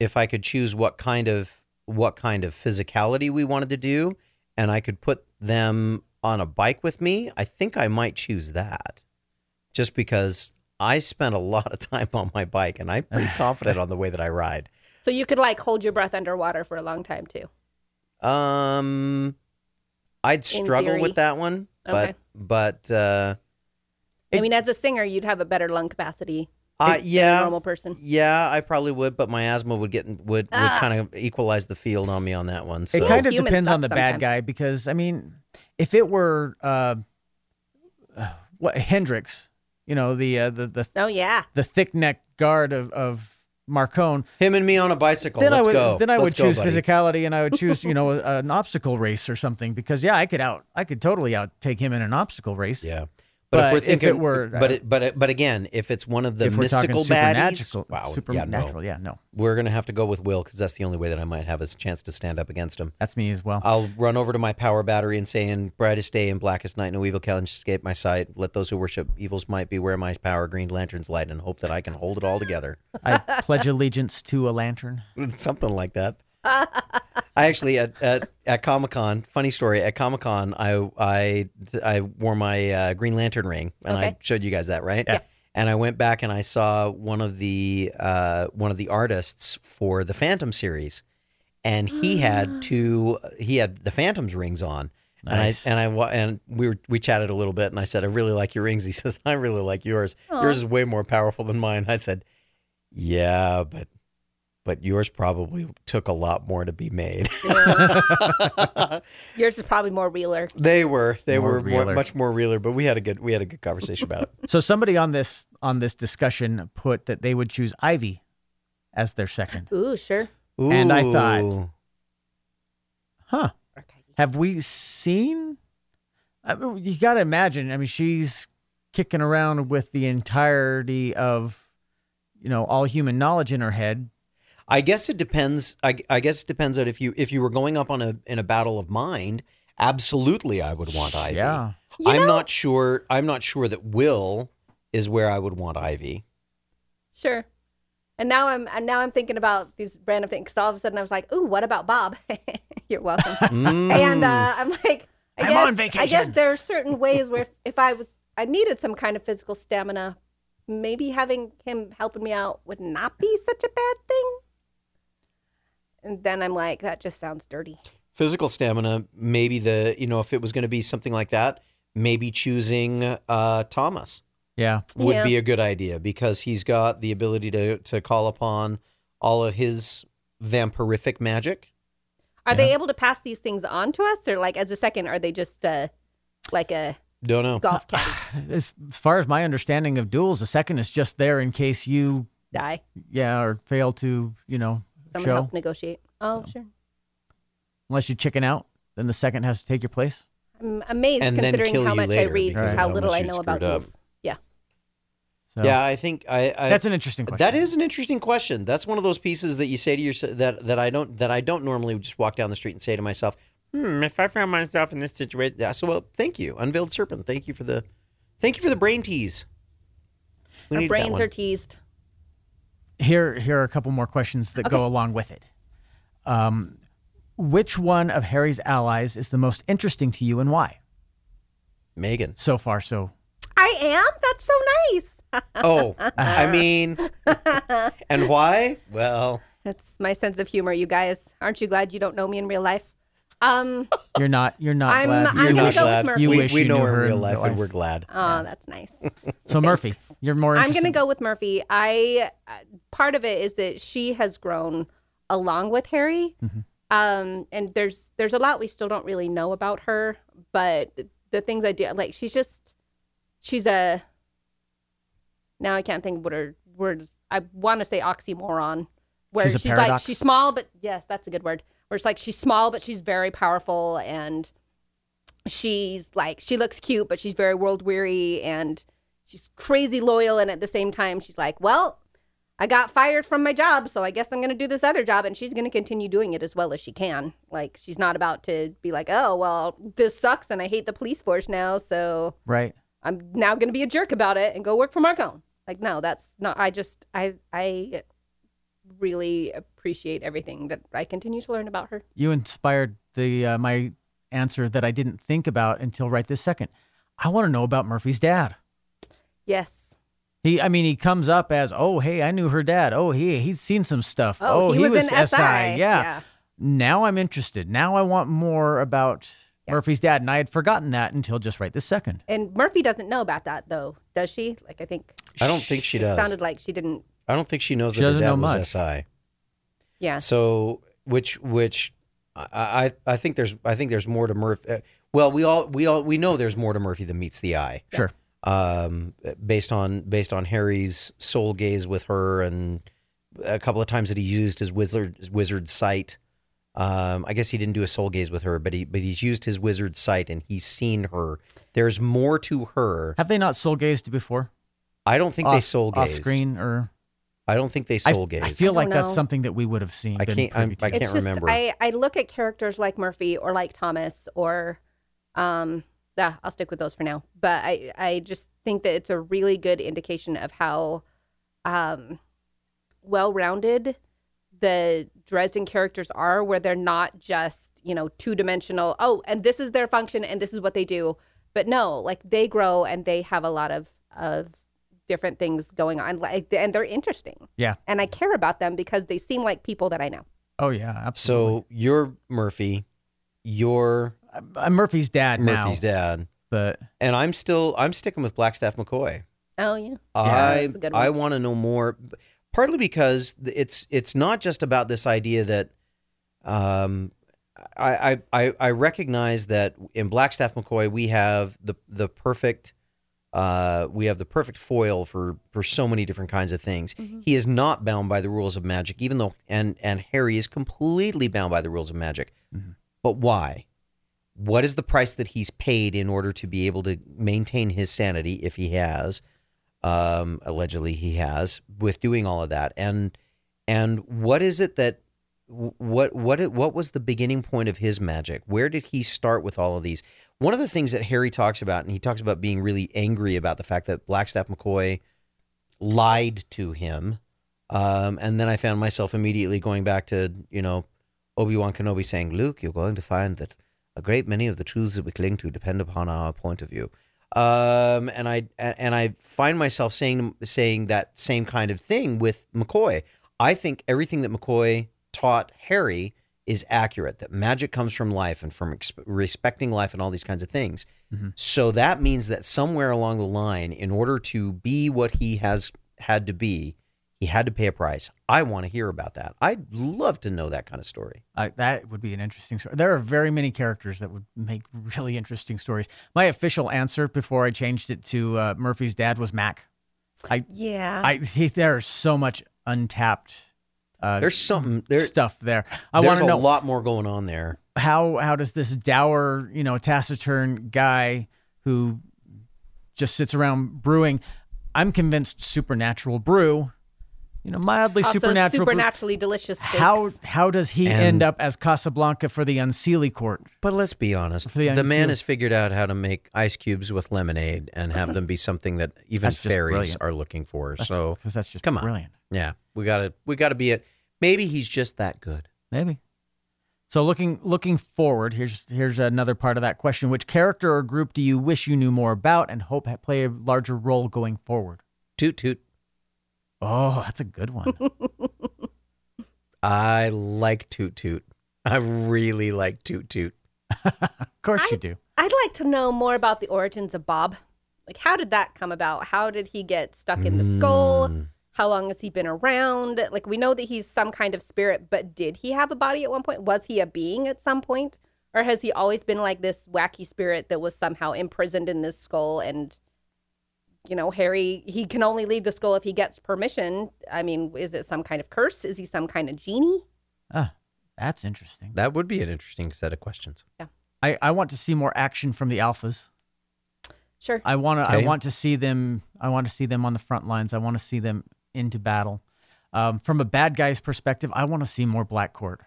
Speaker 6: if I could choose what kind of what kind of physicality we wanted to do and I could put them on a bike with me, I think I might choose that. Just because I spend a lot of time on my bike and I'm pretty confident on the way that I ride.
Speaker 5: So you could like hold your breath underwater for a long time too.
Speaker 6: Um I'd struggle
Speaker 5: theory.
Speaker 6: with that one,
Speaker 5: Okay.
Speaker 6: but but uh
Speaker 5: I mean, as a singer, you'd have a better lung capacity
Speaker 6: I,
Speaker 5: than
Speaker 6: yeah,
Speaker 5: a normal person.
Speaker 6: Yeah, I probably would, but my asthma would get would, would
Speaker 5: Ah.
Speaker 6: kind of equalize the field on me on that one. So
Speaker 2: it kind of
Speaker 5: Humans
Speaker 2: depends on the
Speaker 5: suck
Speaker 2: bad
Speaker 5: sometimes.
Speaker 2: guy because I mean, if it were uh, uh, what Hendrix, you know the uh, the the
Speaker 5: Oh yeah,
Speaker 2: the thick neck guard of of Marcone,
Speaker 6: him and me on a bicycle.
Speaker 2: then
Speaker 6: Let's
Speaker 2: I would
Speaker 6: go.
Speaker 2: then I would
Speaker 6: Let's go,
Speaker 2: choose
Speaker 6: buddy.
Speaker 2: physicality and I would choose you know a, an obstacle race or something because yeah I could out I could totally outtake him in an obstacle race.
Speaker 6: Yeah, but,
Speaker 2: But
Speaker 6: if we're
Speaker 2: if it
Speaker 6: thinking,
Speaker 2: were, uh,
Speaker 6: but it, but it, but again, if it's one of the
Speaker 2: if we're talking
Speaker 6: mystical baddies,
Speaker 2: supernatural,
Speaker 6: wow, yeah, no.
Speaker 2: supernatural, yeah, no,
Speaker 6: we're gonna have to go with Will because that's the only way that I might have a chance to stand up against him.
Speaker 2: that's me as well.
Speaker 6: I'll run over to my power battery and say, "In brightest day and blackest night, no evil can escape my sight. Let those who worship evils might beware my power, green lanterns light, and hope that I can hold it all together."
Speaker 2: I pledge allegiance to a lantern.
Speaker 6: something like that. I actually at at, at Comic Con. Funny story. At Comic Con, I I I wore my uh, Green Lantern ring, and I
Speaker 5: Okay.
Speaker 6: showed you guys that, right?
Speaker 2: Yeah.
Speaker 6: And I went back and I saw one of the uh, one of the artists for the Phantom series, and he had two. He had the Phantom's rings on.
Speaker 2: Nice.
Speaker 6: And I and I wa- and we were, we chatted a little bit, and I said I really like your rings. He says I really like yours.
Speaker 5: Aw.
Speaker 6: Yours is way more powerful than mine. I said, yeah, but but yours probably took a lot more to be made.
Speaker 5: yours is probably more realer.
Speaker 6: they were they
Speaker 2: More
Speaker 6: were more,
Speaker 2: realer.
Speaker 6: much more realer, but we had a good we had a good conversation about it.
Speaker 2: So somebody on this on this discussion put that they would choose Ivy as their second.
Speaker 5: Ooh, sure.
Speaker 2: And I thought-
Speaker 6: Ooh.
Speaker 2: Huh?
Speaker 5: Okay.
Speaker 2: Have we seen? I mean, you got to imagine. I mean, she's kicking around with the entirety of, you know, all human knowledge in her head.
Speaker 6: I guess it depends. I, I guess it depends on if you if you were going up on a in a battle of mind. Absolutely, I would want Ivy.
Speaker 2: Yeah.
Speaker 5: You
Speaker 6: I'm
Speaker 5: know-
Speaker 6: not sure. I'm not sure that Will is where I would want Ivy.
Speaker 5: Sure. And now I'm and now I'm thinking about these random things because all of a sudden I was like, ooh, what about Bob? You're welcome. And
Speaker 6: Mm.
Speaker 5: uh, I'm like, I
Speaker 2: I'm
Speaker 5: guess,
Speaker 2: on
Speaker 5: I guess
Speaker 2: vacation.
Speaker 5: there are certain ways where if, if I was I needed some kind of physical stamina, maybe having him helping me out would not be such a bad thing. And then I'm like, that just sounds dirty.
Speaker 6: physical stamina maybe the you know if it was going to be something like that maybe choosing uh thomas
Speaker 2: Yeah.
Speaker 6: would
Speaker 5: Yeah.
Speaker 6: be a good idea because he's got the ability to to call upon all of his vampirific magic
Speaker 5: Are they able to pass these things on to us, or like as a second, are they just uh, like a
Speaker 6: don't know
Speaker 5: golf caddy
Speaker 2: As far as my understanding of duels, the second is just there in case you,
Speaker 5: die?
Speaker 2: yeah, or fail to, you know,
Speaker 5: Someone
Speaker 2: show.
Speaker 5: help negotiate. Oh, sure.
Speaker 2: Unless you chicken out, then the second has to take your place.
Speaker 5: I'm amazed
Speaker 6: And then
Speaker 5: considering
Speaker 6: kill
Speaker 5: how
Speaker 6: you
Speaker 5: much I
Speaker 6: later
Speaker 5: read
Speaker 6: because
Speaker 2: of
Speaker 5: and how
Speaker 6: how
Speaker 5: little
Speaker 6: much
Speaker 5: I
Speaker 6: you
Speaker 5: know about
Speaker 6: screwed up.
Speaker 5: these. Yeah.
Speaker 2: So
Speaker 6: yeah i think i, I
Speaker 2: That's an interesting question.
Speaker 6: That is an interesting question. That's one of those pieces that you say to yourself that, that I don't that I don't normally just walk down the street and say to myself,
Speaker 3: hmm, if I found myself in this situation,
Speaker 6: Yeah. So well, thank you, Unveiled Serpent. Thank you for the, thank you for the brain tease. We
Speaker 5: Our
Speaker 6: needed that
Speaker 5: brains
Speaker 6: one.
Speaker 5: are teased.
Speaker 2: Here, here are a couple more questions that go along with it. Um, which one of Harry's allies is the most interesting to you, and why?
Speaker 6: Megan.
Speaker 2: So far, so
Speaker 5: I am? That's so nice.
Speaker 6: Oh, I mean, and why? Well,
Speaker 5: That's my sense of humor, you guys. Aren't you glad you don't know me in real life? Um,
Speaker 2: you're not. You're not.
Speaker 5: I'm-
Speaker 2: glad.
Speaker 5: I'm
Speaker 2: You're
Speaker 6: we're
Speaker 5: gonna
Speaker 2: not-
Speaker 5: go with
Speaker 6: glad.
Speaker 5: Murphy.
Speaker 2: You
Speaker 6: We,
Speaker 2: wish
Speaker 6: we
Speaker 2: you
Speaker 6: know
Speaker 2: knew
Speaker 6: her in real life,
Speaker 2: real
Speaker 6: and
Speaker 2: life.
Speaker 6: we're glad.
Speaker 5: oh, that's nice.
Speaker 2: So Murphy, you're more.
Speaker 5: I'm going to
Speaker 2: interested-
Speaker 5: go with Murphy. I uh, part of it is that she has grown along with Harry.
Speaker 2: Mhm.
Speaker 5: Um and there's there's a lot we still don't really know about her, but the things I do like she's just she's a now I can't think of what her word is. I want to say oxymoron where
Speaker 2: She's a
Speaker 5: she's, like
Speaker 2: paradox?
Speaker 5: she's small but yes, that's a good word. Where it's like she's small but she's very powerful and she's like she looks cute but she's very world weary and she's crazy loyal and at the same time she's like well i got fired from my job so i guess i'm going to do this other job and she's going to continue doing it as well as she can like she's not about to be like oh well this sucks and i hate the police force now so
Speaker 2: Right.
Speaker 5: i'm now going to be a jerk about it and go work for marcone like no that's not i just i i really appreciate everything that i continue to learn about her
Speaker 2: You inspired the uh, my answer that I didn't think about until right this second. I want to know about Murphy's dad.
Speaker 5: yes
Speaker 2: He, I mean, he comes up as, oh, hey, I knew her dad. Oh, he, he's seen some stuff.
Speaker 5: oh, he, was, in si,
Speaker 2: Yeah. Now I'm interested. Now I want more about
Speaker 5: Yeah.
Speaker 2: Murphy's dad, and I had forgotten that until just right this second.
Speaker 5: And Murphy doesn't know about that though, does she? Like I think
Speaker 6: I don't think she
Speaker 5: it
Speaker 6: does.
Speaker 5: sounded like she didn't.
Speaker 6: I don't think she knows
Speaker 2: She
Speaker 6: that her
Speaker 2: doesn't
Speaker 6: dad
Speaker 2: know
Speaker 6: was
Speaker 2: much.
Speaker 6: SI.
Speaker 5: Yeah.
Speaker 6: So which which I, I I think there's I think there's more to Murphy. uh, Well, we all we all we know there's more to Murphy than meets the eye.
Speaker 2: Sure.
Speaker 6: Um, based on based on Harry's soul gaze with her, and a couple of times that he used his wizard wizard sight. Um, I guess he didn't do a soul gaze with her, but he but he's used his wizard sight and he's seen her. There's more to her.
Speaker 2: Have they not soul gazed before?
Speaker 6: I don't think they
Speaker 2: Off-
Speaker 6: soul
Speaker 2: off
Speaker 6: gazed.
Speaker 2: screen or
Speaker 6: I don't think they
Speaker 2: I-
Speaker 6: soul gazed.
Speaker 2: I, feel
Speaker 5: I
Speaker 2: like
Speaker 5: don't know.
Speaker 2: that's something that we would have seen.
Speaker 6: I
Speaker 2: been
Speaker 6: can't- I'm-
Speaker 2: privy to.
Speaker 6: I can't
Speaker 5: it's just
Speaker 6: remember.
Speaker 5: I I look at characters like Murphy or like Thomas or, um, yeah, I'll stick with those for now. But I I just think that it's a really good indication of how, um, well-rounded the Dresden characters are, where they're not just you know two-dimensional. Oh, and this is their function and this is what they do. But no, like they grow and they have a lot of of different things going on, like and they're interesting.
Speaker 2: Yeah.
Speaker 5: and I care about them because they seem like people that I know.
Speaker 2: Oh yeah, absolutely.
Speaker 6: So you're Murphy, you're
Speaker 2: So I'm Murphy's dad now,
Speaker 6: Murphy's dad,
Speaker 2: but
Speaker 6: and I'm still I'm sticking with Blackstaff McCoy.
Speaker 5: Oh yeah.
Speaker 6: I
Speaker 5: that's a good one.
Speaker 6: I want to know more, partly because it's it's not just about this idea that, um, I I I- I recognize that in Blackstaff McCoy we have the the perfect. Uh, we have the perfect foil for for so many different kinds of things.
Speaker 5: Mm-hmm.
Speaker 6: He is not bound by the rules of magic, even though and and Harry is completely bound by the rules of magic.
Speaker 2: Mhm.
Speaker 6: But why? What is the price that he's paid in order to be able to maintain his sanity if he has? Um, allegedly he has with doing all of that. And and what is it that what what it, what was the beginning point of his magic? Where did he start with all of these? One of the things that Harry talks about, and he talks about being really angry about the fact that Blackstaff McCoy lied to him. Um, and then I found myself immediately going back to you know Obi Wan Kenobi saying, "Luke, you're going to find that a great many of the truths that we cling to depend upon our point of view." Um, and I and I find myself saying saying that same kind of thing with McCoy. I think everything that McCoy taught Harry is accurate. That magic comes from life and from ex- respecting life and all these kinds of things.
Speaker 2: Mhm.
Speaker 6: So that means that somewhere along the line, in order to be what he has had to be, he had to pay a price. I want to hear about that. I'd love to know that kind of story.
Speaker 2: I, that would be an interesting story. There are very many characters that would make really interesting stories. My official answer before I changed it to uh, Murphy's dad was Mac.
Speaker 5: Yeah.
Speaker 2: I he, there's so much untapped uh,
Speaker 6: There's something there.
Speaker 2: stuff there. I want
Speaker 6: there's
Speaker 2: to
Speaker 6: a
Speaker 2: know
Speaker 6: lot more going on there.
Speaker 2: how how does this dour, you know, taciturn guy who just sits around brewing? I'm convinced supernatural brew you know, mildly
Speaker 5: Also,
Speaker 2: supernatural.
Speaker 5: supernaturally delicious steaks.
Speaker 2: how how does he
Speaker 6: And-
Speaker 2: end up as Casablanca for the Unseelie court?
Speaker 6: But let's be honest.
Speaker 2: the
Speaker 6: The,
Speaker 2: young
Speaker 6: man
Speaker 2: too.
Speaker 6: has figured out how to make ice cubes with lemonade and have them be something that even
Speaker 2: That's just
Speaker 6: fairies
Speaker 2: brilliant.
Speaker 6: are looking for. so
Speaker 2: because that's just
Speaker 6: come on.
Speaker 2: brilliant.
Speaker 6: yeah, we gotta we gotta be it. Maybe he's just that good.
Speaker 2: Maybe. So looking looking forward, here's here's another part of that question: Which character or group do you wish you knew more about and hope ha- play a larger role going forward?
Speaker 6: Toot toot.
Speaker 2: Oh, that's a good one.
Speaker 6: I like toot toot. I really like toot toot.
Speaker 2: of course
Speaker 5: I-
Speaker 2: you do.
Speaker 5: I'd like to know more about the origins of Bob. Like, how did that come about? How did he get stuck in the skull?
Speaker 6: Mm.
Speaker 5: How long has he been around? Like, we know that he's some kind of spirit, but did he have a body at one point? Was he a being at some point? Or has he always been like this wacky spirit that was somehow imprisoned in this skull? And, you know, Harry, he can only leave the skull if he gets permission. I mean, is it some kind of curse? Is he some kind of genie?
Speaker 2: Ah, that's interesting.
Speaker 6: That would be an interesting set of questions.
Speaker 2: I, I want to see more action from the alphas.
Speaker 5: Sure.
Speaker 2: I want to I
Speaker 6: Okay.
Speaker 2: want to see them I want to see them on the front lines. I want to see them into battle. Um, from a bad guy's perspective, I want to see more Black Court.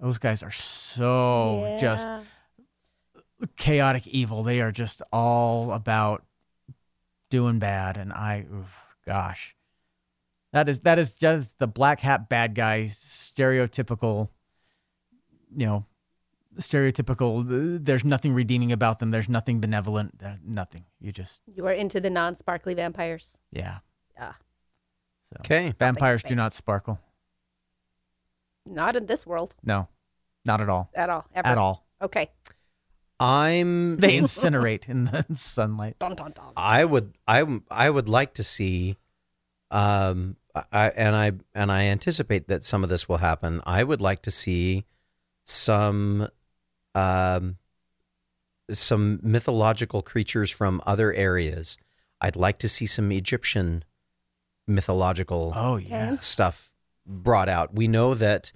Speaker 2: Those guys are so Oh, just
Speaker 5: Yeah.
Speaker 2: chaotic evil. They are just all about doing bad, and I, oof, gosh, that is that is just the black hat bad guy stereotypical. You know, stereotypical. th- There's nothing redeeming about them. There's nothing benevolent. there- Nothing. You just
Speaker 5: You are into the non sparkly vampires.
Speaker 2: yeah.
Speaker 5: Yeah.
Speaker 2: So
Speaker 6: Okay.
Speaker 2: vampires do
Speaker 5: Nothing.
Speaker 2: not sparkle.
Speaker 5: Not in this world
Speaker 2: No, not at all.
Speaker 5: at all. Ever.
Speaker 2: At all.
Speaker 5: Okay.
Speaker 6: I'm
Speaker 2: They incinerate in the sunlight.
Speaker 5: Dun, dun, dun.
Speaker 6: I would I I would like to see um I and I and I anticipate that some of this will happen. I would like to see some um some mythological creatures from other areas. I'd like to see some Egyptian mythological
Speaker 2: Oh yeah.
Speaker 6: stuff brought out. We know that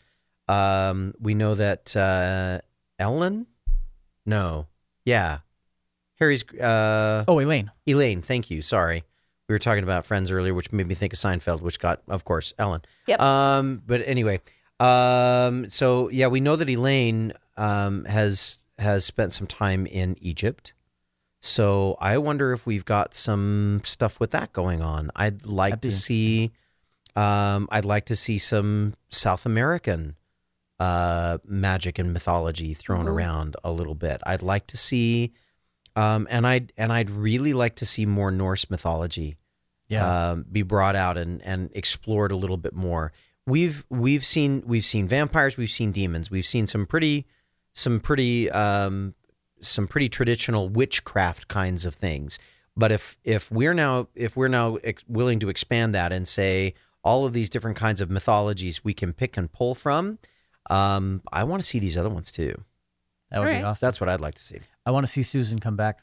Speaker 6: um we know that uh Ellen? No. Yeah. Harry's uh
Speaker 2: Oh Elaine.
Speaker 6: Elaine, thank you. Sorry. We were talking about Friends earlier, which made me think of Seinfeld, which got, of course, Ellen.
Speaker 5: Yep.
Speaker 6: Um, but anyway, um, so yeah, we know that Elaine um, has has spent some time in Egypt. So I wonder if we've got some stuff with that going on. I'd like
Speaker 2: That'd be
Speaker 6: to see, um, I'd like to see some South American uh, magic and mythology thrown
Speaker 5: Mhm.
Speaker 6: around a little bit. I'd like to see, um, and I'd and I'd really like to see more Norse mythology um, be brought out and, and explored a little bit more. We've we've seen we've seen vampires, we've seen demons, we've seen some pretty some pretty um, some pretty traditional witchcraft kinds of things. But if if we're now if we're now ex- willing to expand that and say all of these different kinds of mythologies we can pick and pull from, um, I want to see these other ones too.
Speaker 2: that would be
Speaker 5: Alright.
Speaker 2: awesome.
Speaker 6: That's what I'd like to see.
Speaker 2: I want to see Susan come back.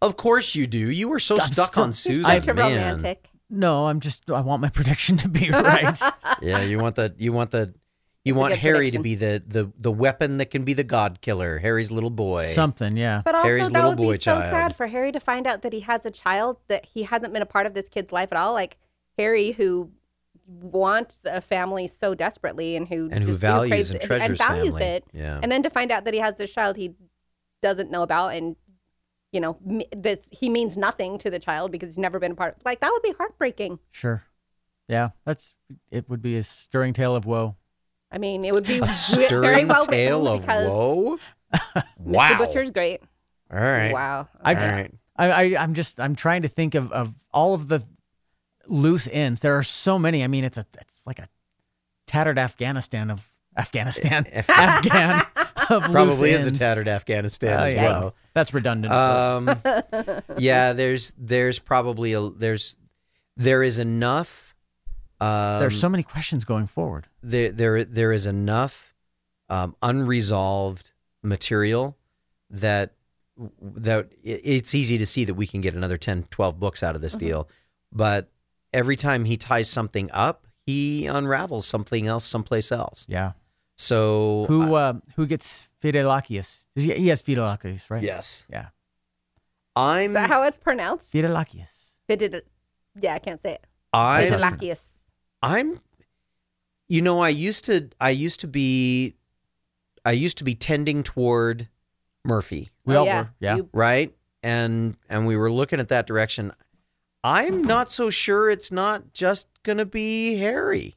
Speaker 6: Of course you do. You were so
Speaker 2: I'm
Speaker 6: stuck
Speaker 2: still-
Speaker 6: on
Speaker 5: You're
Speaker 6: Susan.
Speaker 5: such a
Speaker 6: man.
Speaker 5: romantic.
Speaker 2: No, I'm just I want my prediction to be right.
Speaker 6: yeah, you want the you want the you
Speaker 5: It's a
Speaker 6: want
Speaker 5: good
Speaker 6: Harry
Speaker 5: prediction.
Speaker 6: to be the the the weapon that can be the god killer, Harry's little boy.
Speaker 2: Something, yeah.
Speaker 5: But also,
Speaker 6: Harry's
Speaker 5: that
Speaker 6: little
Speaker 5: would
Speaker 6: boy
Speaker 5: be so
Speaker 6: child.
Speaker 5: sad for Harry to find out that he has a child that he hasn't been a part of this kid's life at all. Like Harry, who wants a family so desperately and who
Speaker 6: and who
Speaker 5: just,
Speaker 6: values
Speaker 5: craves
Speaker 6: and
Speaker 5: it-
Speaker 6: treasures
Speaker 5: and values
Speaker 6: family.
Speaker 5: it,
Speaker 6: Yeah.
Speaker 5: and then to find out that he has this child he doesn't know about and you know me- that he means nothing to the child because he's never been a part. of Like that would be heartbreaking.
Speaker 2: Sure. Yeah, that's it would be a stirring tale of woe.
Speaker 5: I mean, it would be
Speaker 6: a
Speaker 5: ve- very
Speaker 6: stirring
Speaker 5: well
Speaker 6: tale
Speaker 5: written
Speaker 6: of
Speaker 5: because
Speaker 6: woe.
Speaker 5: Mr.
Speaker 6: wow.
Speaker 5: Butcher's great.
Speaker 6: All right.
Speaker 5: Wow.
Speaker 2: I-
Speaker 6: All right.
Speaker 2: I, I I'm just I'm trying to think of, of all of the loose ends. There are so many. I mean, it's a it's like a tattered Afghanistan of Afghanistan. Afghan of
Speaker 6: Probably
Speaker 2: loose
Speaker 6: is a
Speaker 2: ends.
Speaker 6: tattered Afghanistan
Speaker 2: Oh,
Speaker 6: as
Speaker 2: yeah.
Speaker 6: well.
Speaker 2: That's redundant.
Speaker 6: Um, yeah, there's there's probably a there's there is enough. Um,
Speaker 2: There's so many questions going forward.
Speaker 6: there there there is enough um, unresolved material that that i- it's easy to see that we can get another 10 12 books out of this deal but every time he ties something up he unravels something else someplace else
Speaker 2: Yeah.
Speaker 6: so
Speaker 2: Who uh, who gets Fidelakius? Is He, he has Fidelakius, right?
Speaker 6: yes
Speaker 2: Yeah.
Speaker 5: Is
Speaker 6: i'm
Speaker 5: that how it's pronounced?
Speaker 2: Fidelakius.
Speaker 5: They did it. Yeah, I can't say it.
Speaker 6: i'm
Speaker 5: Vigilacious.
Speaker 6: I'm you know, I used to I used to be I used to be tending toward Murphy,
Speaker 2: We
Speaker 5: Oh,
Speaker 2: all
Speaker 5: yeah.
Speaker 2: were. Yeah.
Speaker 5: You-
Speaker 6: right? And and we were looking at that direction. I'm not so sure it's not just going to be Harry.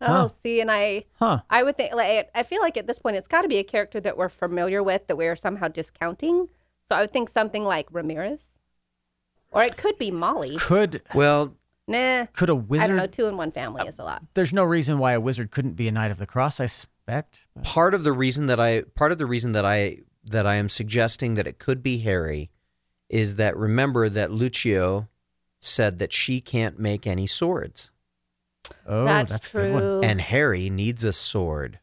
Speaker 5: oh,
Speaker 2: Huh.
Speaker 5: see, and I,
Speaker 2: Huh.
Speaker 5: I would think, like, I feel like at this point, it's got to be a character that we're familiar with that we're somehow discounting. So I would think something like Ramirez, or it could be Molly.
Speaker 2: Could
Speaker 6: Well,
Speaker 5: Nah,
Speaker 2: could a
Speaker 5: I don't know.
Speaker 2: wizard?
Speaker 5: Two in one family is a lot.
Speaker 2: There's no reason why a wizard couldn't be a knight of the cross. I suspect. But-
Speaker 6: part of the reason that I part of the reason that I that I am suggesting that it could be Harry is that remember that Lucio said that she can't make any swords
Speaker 2: Oh,
Speaker 5: that's,
Speaker 2: that's, a good one.
Speaker 5: true.
Speaker 6: and Harry needs a sword.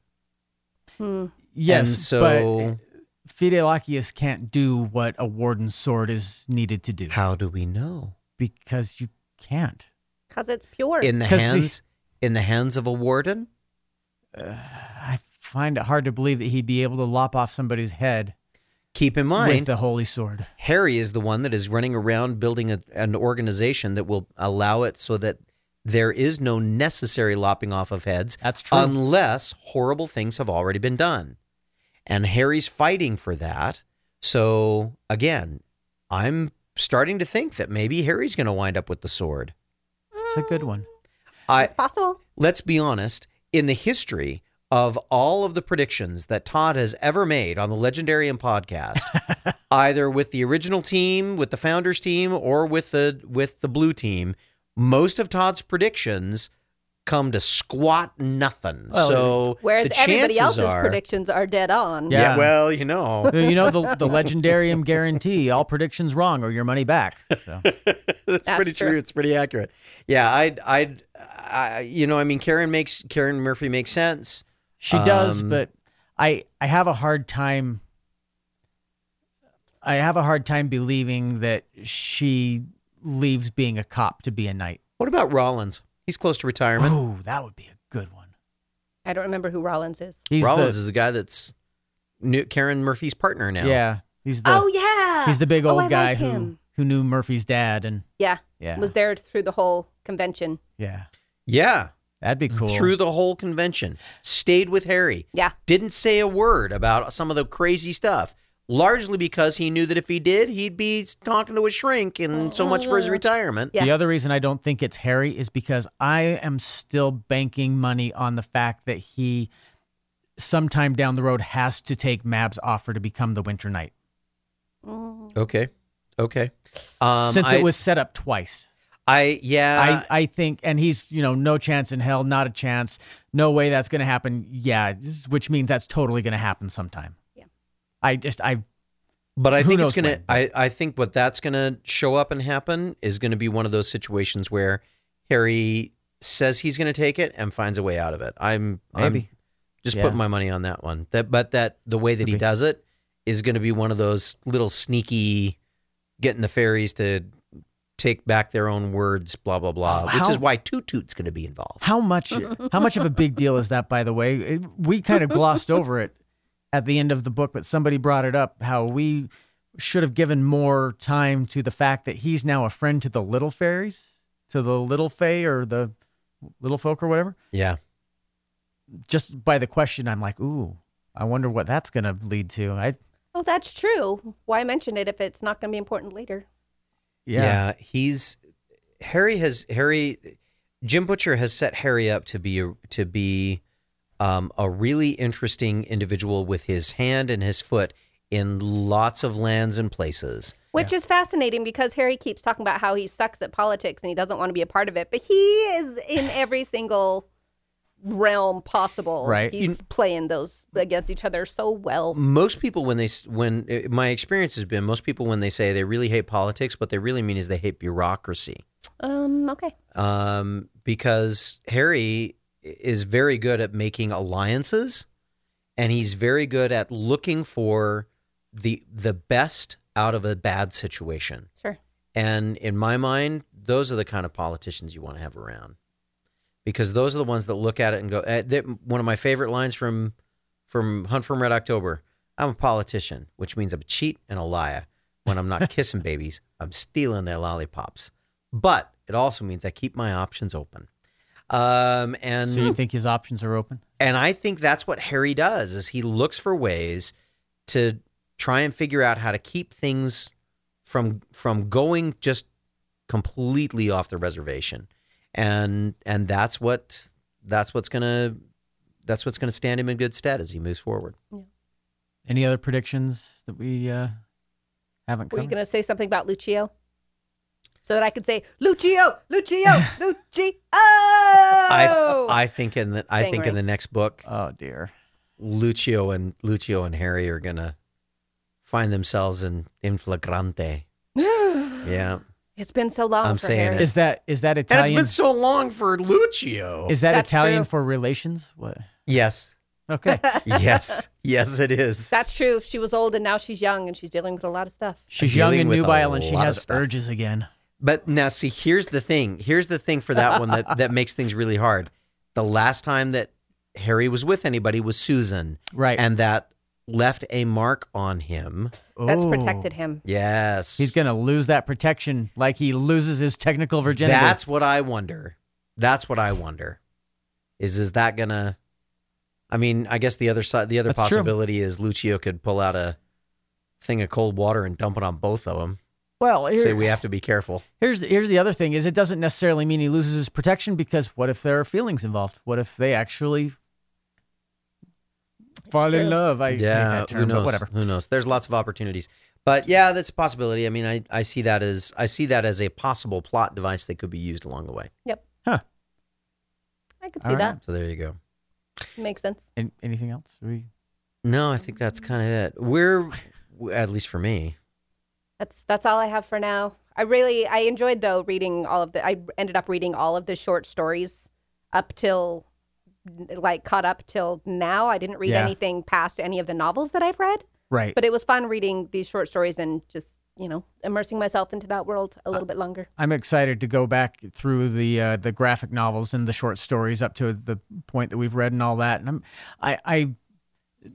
Speaker 5: Hmm.
Speaker 2: Yes,
Speaker 6: and
Speaker 2: so
Speaker 6: so
Speaker 2: but Fidelicius can't do what a warden's sword is needed to do
Speaker 6: how do we know?
Speaker 2: because you can't.
Speaker 5: Cause it's pure.
Speaker 6: In the
Speaker 2: 'Cause the-
Speaker 6: hands in the hands of a warden?
Speaker 2: I find it hard to believe that he'd be able to lop off somebody's head
Speaker 6: Keep in
Speaker 2: with
Speaker 6: mind
Speaker 2: the holy sword.
Speaker 6: Harry is the one that is running around building a, an organization that will allow it so that there is no necessary lopping off of heads
Speaker 2: That's
Speaker 6: unless horrible things have already been done. And Harry's fighting for that. So again, I'm starting to think that maybe Harry's going to wind up with the sword.
Speaker 2: it's a good one.
Speaker 6: I
Speaker 5: it's possible.
Speaker 6: let's be honest, in the history of all of the predictions that Todd has ever made on the Legendarium podcast, either with the original team, with the founders team, or with the with the blue team, most of Todd's predictions come to squat nothing.
Speaker 2: Well,
Speaker 6: so
Speaker 5: Whereas
Speaker 6: the
Speaker 5: everybody
Speaker 6: chances
Speaker 5: else's
Speaker 6: are,
Speaker 5: predictions are dead on.
Speaker 2: Yeah.
Speaker 6: well, you know,
Speaker 2: you know the the legendarium guarantee: all predictions wrong or your money back. So,
Speaker 6: that's, pretty
Speaker 5: true.
Speaker 6: true. It's pretty accurate. Yeah, I'd, I'd, I, you know, I mean, Karen makes Karen Murphy makes sense.
Speaker 2: she does,
Speaker 6: Um,
Speaker 2: but I I have a hard time. I have a hard time believing that she leaves being a cop to be a knight.
Speaker 6: What about Rollins? He's close to retirement.
Speaker 2: Oh, that would be a good one.
Speaker 5: I don't remember who Rollins is.
Speaker 2: He's
Speaker 6: Rollins
Speaker 2: the,
Speaker 6: is the guy that's new, Karen Murphy's partner now.
Speaker 2: yeah. He's the
Speaker 5: oh yeah.
Speaker 2: he's the big
Speaker 5: Oh,
Speaker 2: old
Speaker 5: I
Speaker 2: guy
Speaker 5: like
Speaker 2: who
Speaker 5: him.
Speaker 2: who knew Murphy's dad and
Speaker 5: yeah,
Speaker 2: yeah
Speaker 5: was there through the whole convention.
Speaker 2: yeah
Speaker 6: Yeah.
Speaker 2: that'd be cool.
Speaker 6: Through the whole convention. Stayed with Harry.
Speaker 5: Yeah.
Speaker 6: Didn't say a word about some of the crazy stuff, largely because he knew that if he did, he'd be talking to a shrink and so much for his retirement.
Speaker 5: Yeah.
Speaker 2: The other reason I don't think it's Harry is because I am still banking money on the fact that he sometime down the road has to take Mab's offer to become the Winter Knight
Speaker 5: Mm.
Speaker 6: Okay. Okay. Um,
Speaker 2: since
Speaker 6: I, Uh,
Speaker 2: it was set up twice.
Speaker 6: I, yeah.
Speaker 2: I, I think, and he's, you know, no chance in hell, not a chance. No way that's going to happen. Yeah, just- which means that's totally going to happen sometime.
Speaker 5: Yeah.
Speaker 2: I just, I,
Speaker 6: but I
Speaker 2: who
Speaker 6: think it's
Speaker 2: knows
Speaker 6: going to,
Speaker 2: when, but-
Speaker 6: I, I think what that's going to show up and happen is going to be one of those situations where Harry says he's going to take it and finds a way out of it. I'm, I'm
Speaker 2: maybe.
Speaker 6: Just
Speaker 2: Yeah.
Speaker 6: putting my money on that one. That, but that the way that
Speaker 2: Could
Speaker 6: he
Speaker 2: be.
Speaker 6: does it is going to be one of those little sneaky, getting the fairies to take back their own words, blah blah blah.
Speaker 2: Oh,
Speaker 6: which
Speaker 2: how-
Speaker 6: is why Toot Toot's going to be involved.
Speaker 2: How much how much of a big deal is that by the way? It, we kind of glossed over it at the end of the book, but somebody brought it up how we should have given more time to the fact that he's now a friend to the little fairies, to the little fae or the little folk or whatever.
Speaker 6: Yeah,
Speaker 2: Just by the question I'm like, "Ooh, I wonder what that's going to lead to." I
Speaker 5: Oh, that's true. Why mention it if it's not going to be important later?
Speaker 2: yeah.
Speaker 6: He's Harry has Harry. Jim Butcher has set Harry up to be a, to be um, a really interesting individual with his hand and his foot in lots of lands and places.
Speaker 5: Which is fascinating because Harry keeps talking about how he sucks at politics and he doesn't want to be a part of it, but he is in every single realm possible.
Speaker 2: Right. Mm.
Speaker 5: He's playing those against each other so well.
Speaker 6: most people when they s- when uh, my experience has been most people when they say they really hate politics what they really mean is they hate bureaucracy
Speaker 5: Um, okay.
Speaker 6: um, because harry i- is very good at making alliances and he's very good at looking for the the best out of a bad situation
Speaker 5: Sure.
Speaker 6: and in my mind those are the kind of politicians you want to have around because those are the ones that look at it and go eh, they- one of my favorite lines from from hunt from red october i'm a politician which means i'm a cheat and a liar when i'm not kissing babies i'm stealing their lollipops but It also means I keep my options open. Um, and
Speaker 2: So you think his options are open?
Speaker 6: and I think that's what Harry does is he looks for ways to try and figure out how to keep things from from going just completely off the reservation. And and that's what that's what's gonna that's what's gonna stand him in good stead as he moves forward.
Speaker 2: Any other predictions that we uh, haven't
Speaker 5: Were you
Speaker 2: covered?
Speaker 5: going to say something about Lucio? So that I could say, Lucio, Lucio, Lucio. Oh!
Speaker 6: I I think in the I
Speaker 5: Bang
Speaker 6: think in
Speaker 5: ring.
Speaker 6: the next book
Speaker 2: Oh dear.
Speaker 6: Lucio and Lucio and Harry are gonna find themselves in in flagrante. Yeah.
Speaker 5: It's been so long.
Speaker 6: I'm
Speaker 5: for
Speaker 6: saying
Speaker 5: Harry.
Speaker 6: it.
Speaker 2: Is that is that
Speaker 6: And
Speaker 2: Italian?
Speaker 6: it's been so long for Lucio.
Speaker 2: is that
Speaker 5: That's
Speaker 2: Italian
Speaker 5: true.
Speaker 2: for relations? What?
Speaker 6: yes.
Speaker 2: Okay.
Speaker 6: yes, yes, it is.
Speaker 5: That's true. She was old and now she's young and she's dealing with a lot of stuff.
Speaker 2: She's
Speaker 6: Dealing
Speaker 2: young and
Speaker 6: with a
Speaker 2: nubile, and she
Speaker 6: lot of
Speaker 2: has
Speaker 6: stuff.
Speaker 2: urges again.
Speaker 6: But now, see, here's the thing. Here's the thing for that one that that makes things really hard. The last time that Harry was with anybody was Susan,
Speaker 2: Right.
Speaker 6: and that left a mark on him.
Speaker 5: That's
Speaker 2: Ooh.
Speaker 5: protected him.
Speaker 6: Yes,
Speaker 2: He's gonna lose that protection, like he loses his technical virginity.
Speaker 6: That's what I wonder. That's what I wonder. Is is that gonna? I mean, I guess the other side, the other
Speaker 2: That's true.
Speaker 6: possibility is Lucio could pull out a thing of cold water and dump it on both of them.
Speaker 2: well.
Speaker 6: Say
Speaker 2: Here,
Speaker 6: we have to be careful.
Speaker 2: here's the, here's the other thing: is it doesn't necessarily mean he loses his protection because what if there are feelings involved? What if they actually fall in
Speaker 5: true.
Speaker 2: love? I hate
Speaker 6: yeah,
Speaker 2: that term,
Speaker 6: who knows?
Speaker 2: but whatever.
Speaker 6: Who knows? There's lots of opportunities, but yeah, that's a possibility. I mean, I, I see that as I see that as a possible plot device that could be used along the way.
Speaker 5: I could see
Speaker 2: All right.
Speaker 5: that.
Speaker 6: So there you go.
Speaker 5: Makes sense.
Speaker 2: An- anything else? We
Speaker 6: No, I think that's kind of it. We're at least for me.
Speaker 5: That's that's all I have for now. I really I enjoyed though reading all of the I ended up reading all of the short stories up till like caught up till now. I didn't read
Speaker 2: Yeah.
Speaker 5: anything past any of the novels that I've read,
Speaker 2: right.
Speaker 5: but it was fun reading these short stories and just, you know, immersing myself into that world a little bit longer.
Speaker 2: I'm excited to go back through the uh, the graphic novels and the short stories up to the point that we've read and all that. And I'm, I, I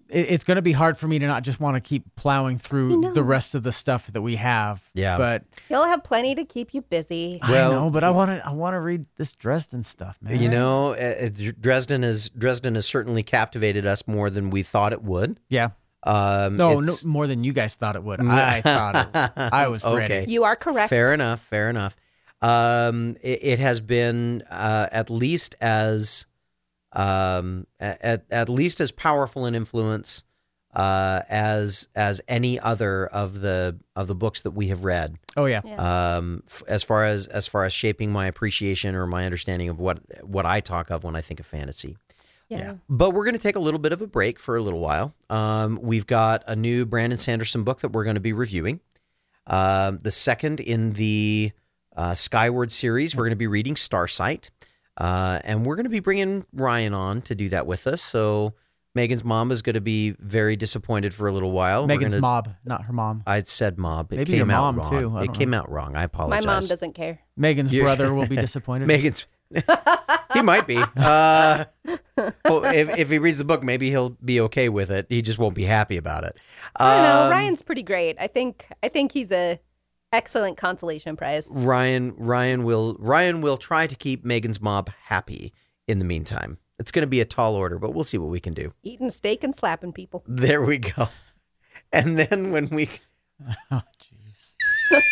Speaker 2: it, it's going to be hard for me to not just want to keep plowing through the rest of the stuff that we have.
Speaker 6: Yeah.
Speaker 2: but
Speaker 5: You'll have plenty to keep you busy.
Speaker 6: Well-
Speaker 2: I know, but I want to I want to read this Dresden stuff, man.
Speaker 6: You know, uh, uh, Dresden has Dresden has certainly captivated us more than we thought it would.
Speaker 2: yeah.
Speaker 6: Um,
Speaker 2: No, no,
Speaker 6: it's-
Speaker 2: more than you guys thought it would. I thought it. I was ready.
Speaker 6: okay.
Speaker 5: You are correct.
Speaker 6: Fair enough. Fair enough. Um, it, it has been uh, at least as um, a- at at least as powerful an influence uh, as as any other of the of the books that we have read.
Speaker 2: Oh yeah.
Speaker 5: Yeah.
Speaker 6: Um, f- as far as as far as shaping my appreciation or my understanding of what what I talk of when I think of fantasy.
Speaker 5: yeah.
Speaker 6: But we're going to take a little bit of a break for a little while. Um, we've got a new Brandon Sanderson book that we're going to be reviewing. Um, the second in the uh, Skyward series, we're going to be reading Starsight. Uh, and we're going to be bringing Ryan on to do that with us. So Megan's mom is going to be very disappointed for a little while. We're
Speaker 2: Megan's
Speaker 6: gonna-
Speaker 2: mob, not her mom.
Speaker 6: I said mob. It
Speaker 2: Maybe
Speaker 6: came
Speaker 2: your
Speaker 6: out
Speaker 2: mom,
Speaker 6: wrong.
Speaker 2: too. I
Speaker 6: It
Speaker 2: don't
Speaker 6: came out wrong. I
Speaker 5: My
Speaker 6: apologize.
Speaker 5: mom doesn't care.
Speaker 2: Megan's
Speaker 6: You're-
Speaker 2: brother will be disappointed.
Speaker 6: Megan's. he might be. Uh, well, if, if he reads the book, maybe he'll be okay with it. He just won't be happy about it.
Speaker 5: I don't know.
Speaker 6: Um,
Speaker 5: Ryan's pretty great. I think I think he's a excellent consolation prize.
Speaker 6: Ryan. Ryan will. Ryan will try to keep Megan's mob happy. In the meantime, it's going to be a tall order, but we'll see what we can do.
Speaker 5: Eating steak and slapping people.
Speaker 6: There we go. And then when we,
Speaker 2: Oh jeez.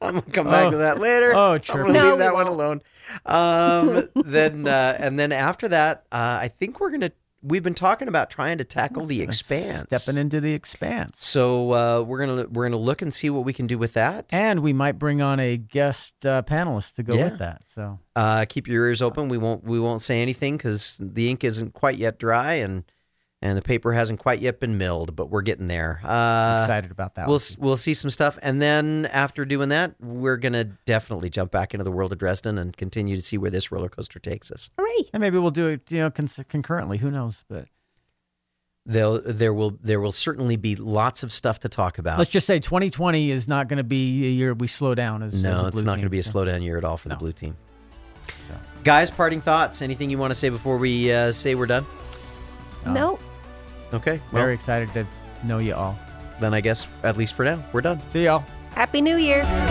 Speaker 6: I'm gonna come back
Speaker 2: Oh.
Speaker 6: to that later.
Speaker 2: Oh,
Speaker 6: I'm
Speaker 2: chirp.
Speaker 6: gonna
Speaker 5: No,
Speaker 6: leave that
Speaker 5: we
Speaker 6: one alone. Um, then uh, and then after that, uh, I think we're gonna. We've been talking about trying to tackle the expanse.
Speaker 2: Stepping into the expanse.
Speaker 6: So uh, we're gonna we're gonna look and see what we can do with that.
Speaker 2: And we might bring on a guest uh, panelist to go
Speaker 6: Yeah.
Speaker 2: with that. So
Speaker 6: Uh, keep your ears open. We won't we won't say anything because the ink isn't quite yet dry and and the paper hasn't quite yet been milled. But we're getting there.
Speaker 2: I'm
Speaker 6: Uh,
Speaker 2: excited about that.
Speaker 6: we'll
Speaker 2: one.
Speaker 6: s- we'll see some stuff, and then after doing that, we're gonna definitely jump back into the world of Dresden and continue to see where this roller coaster takes us.
Speaker 5: Hooray.
Speaker 2: and maybe we'll do it, you know, cons- concurrently. Who knows? But
Speaker 6: There there will there will certainly be lots of stuff to talk about.
Speaker 2: let's just say 2020 is not going to be a year we slow down. As as
Speaker 6: no,
Speaker 2: a
Speaker 6: it's
Speaker 2: blue
Speaker 6: not going to
Speaker 2: team,
Speaker 6: be a
Speaker 2: so.
Speaker 6: slowdown year at all for the
Speaker 2: No.
Speaker 6: blue team.
Speaker 2: So.
Speaker 6: Guys, parting thoughts. Anything you want to say before we uh, say we're done? Ah.
Speaker 2: Uh,
Speaker 5: no.
Speaker 6: Okay. Well,
Speaker 2: Very excited to know you all.
Speaker 6: then I guess at least for now, we're done.
Speaker 2: See y'all.
Speaker 5: Happy New Year.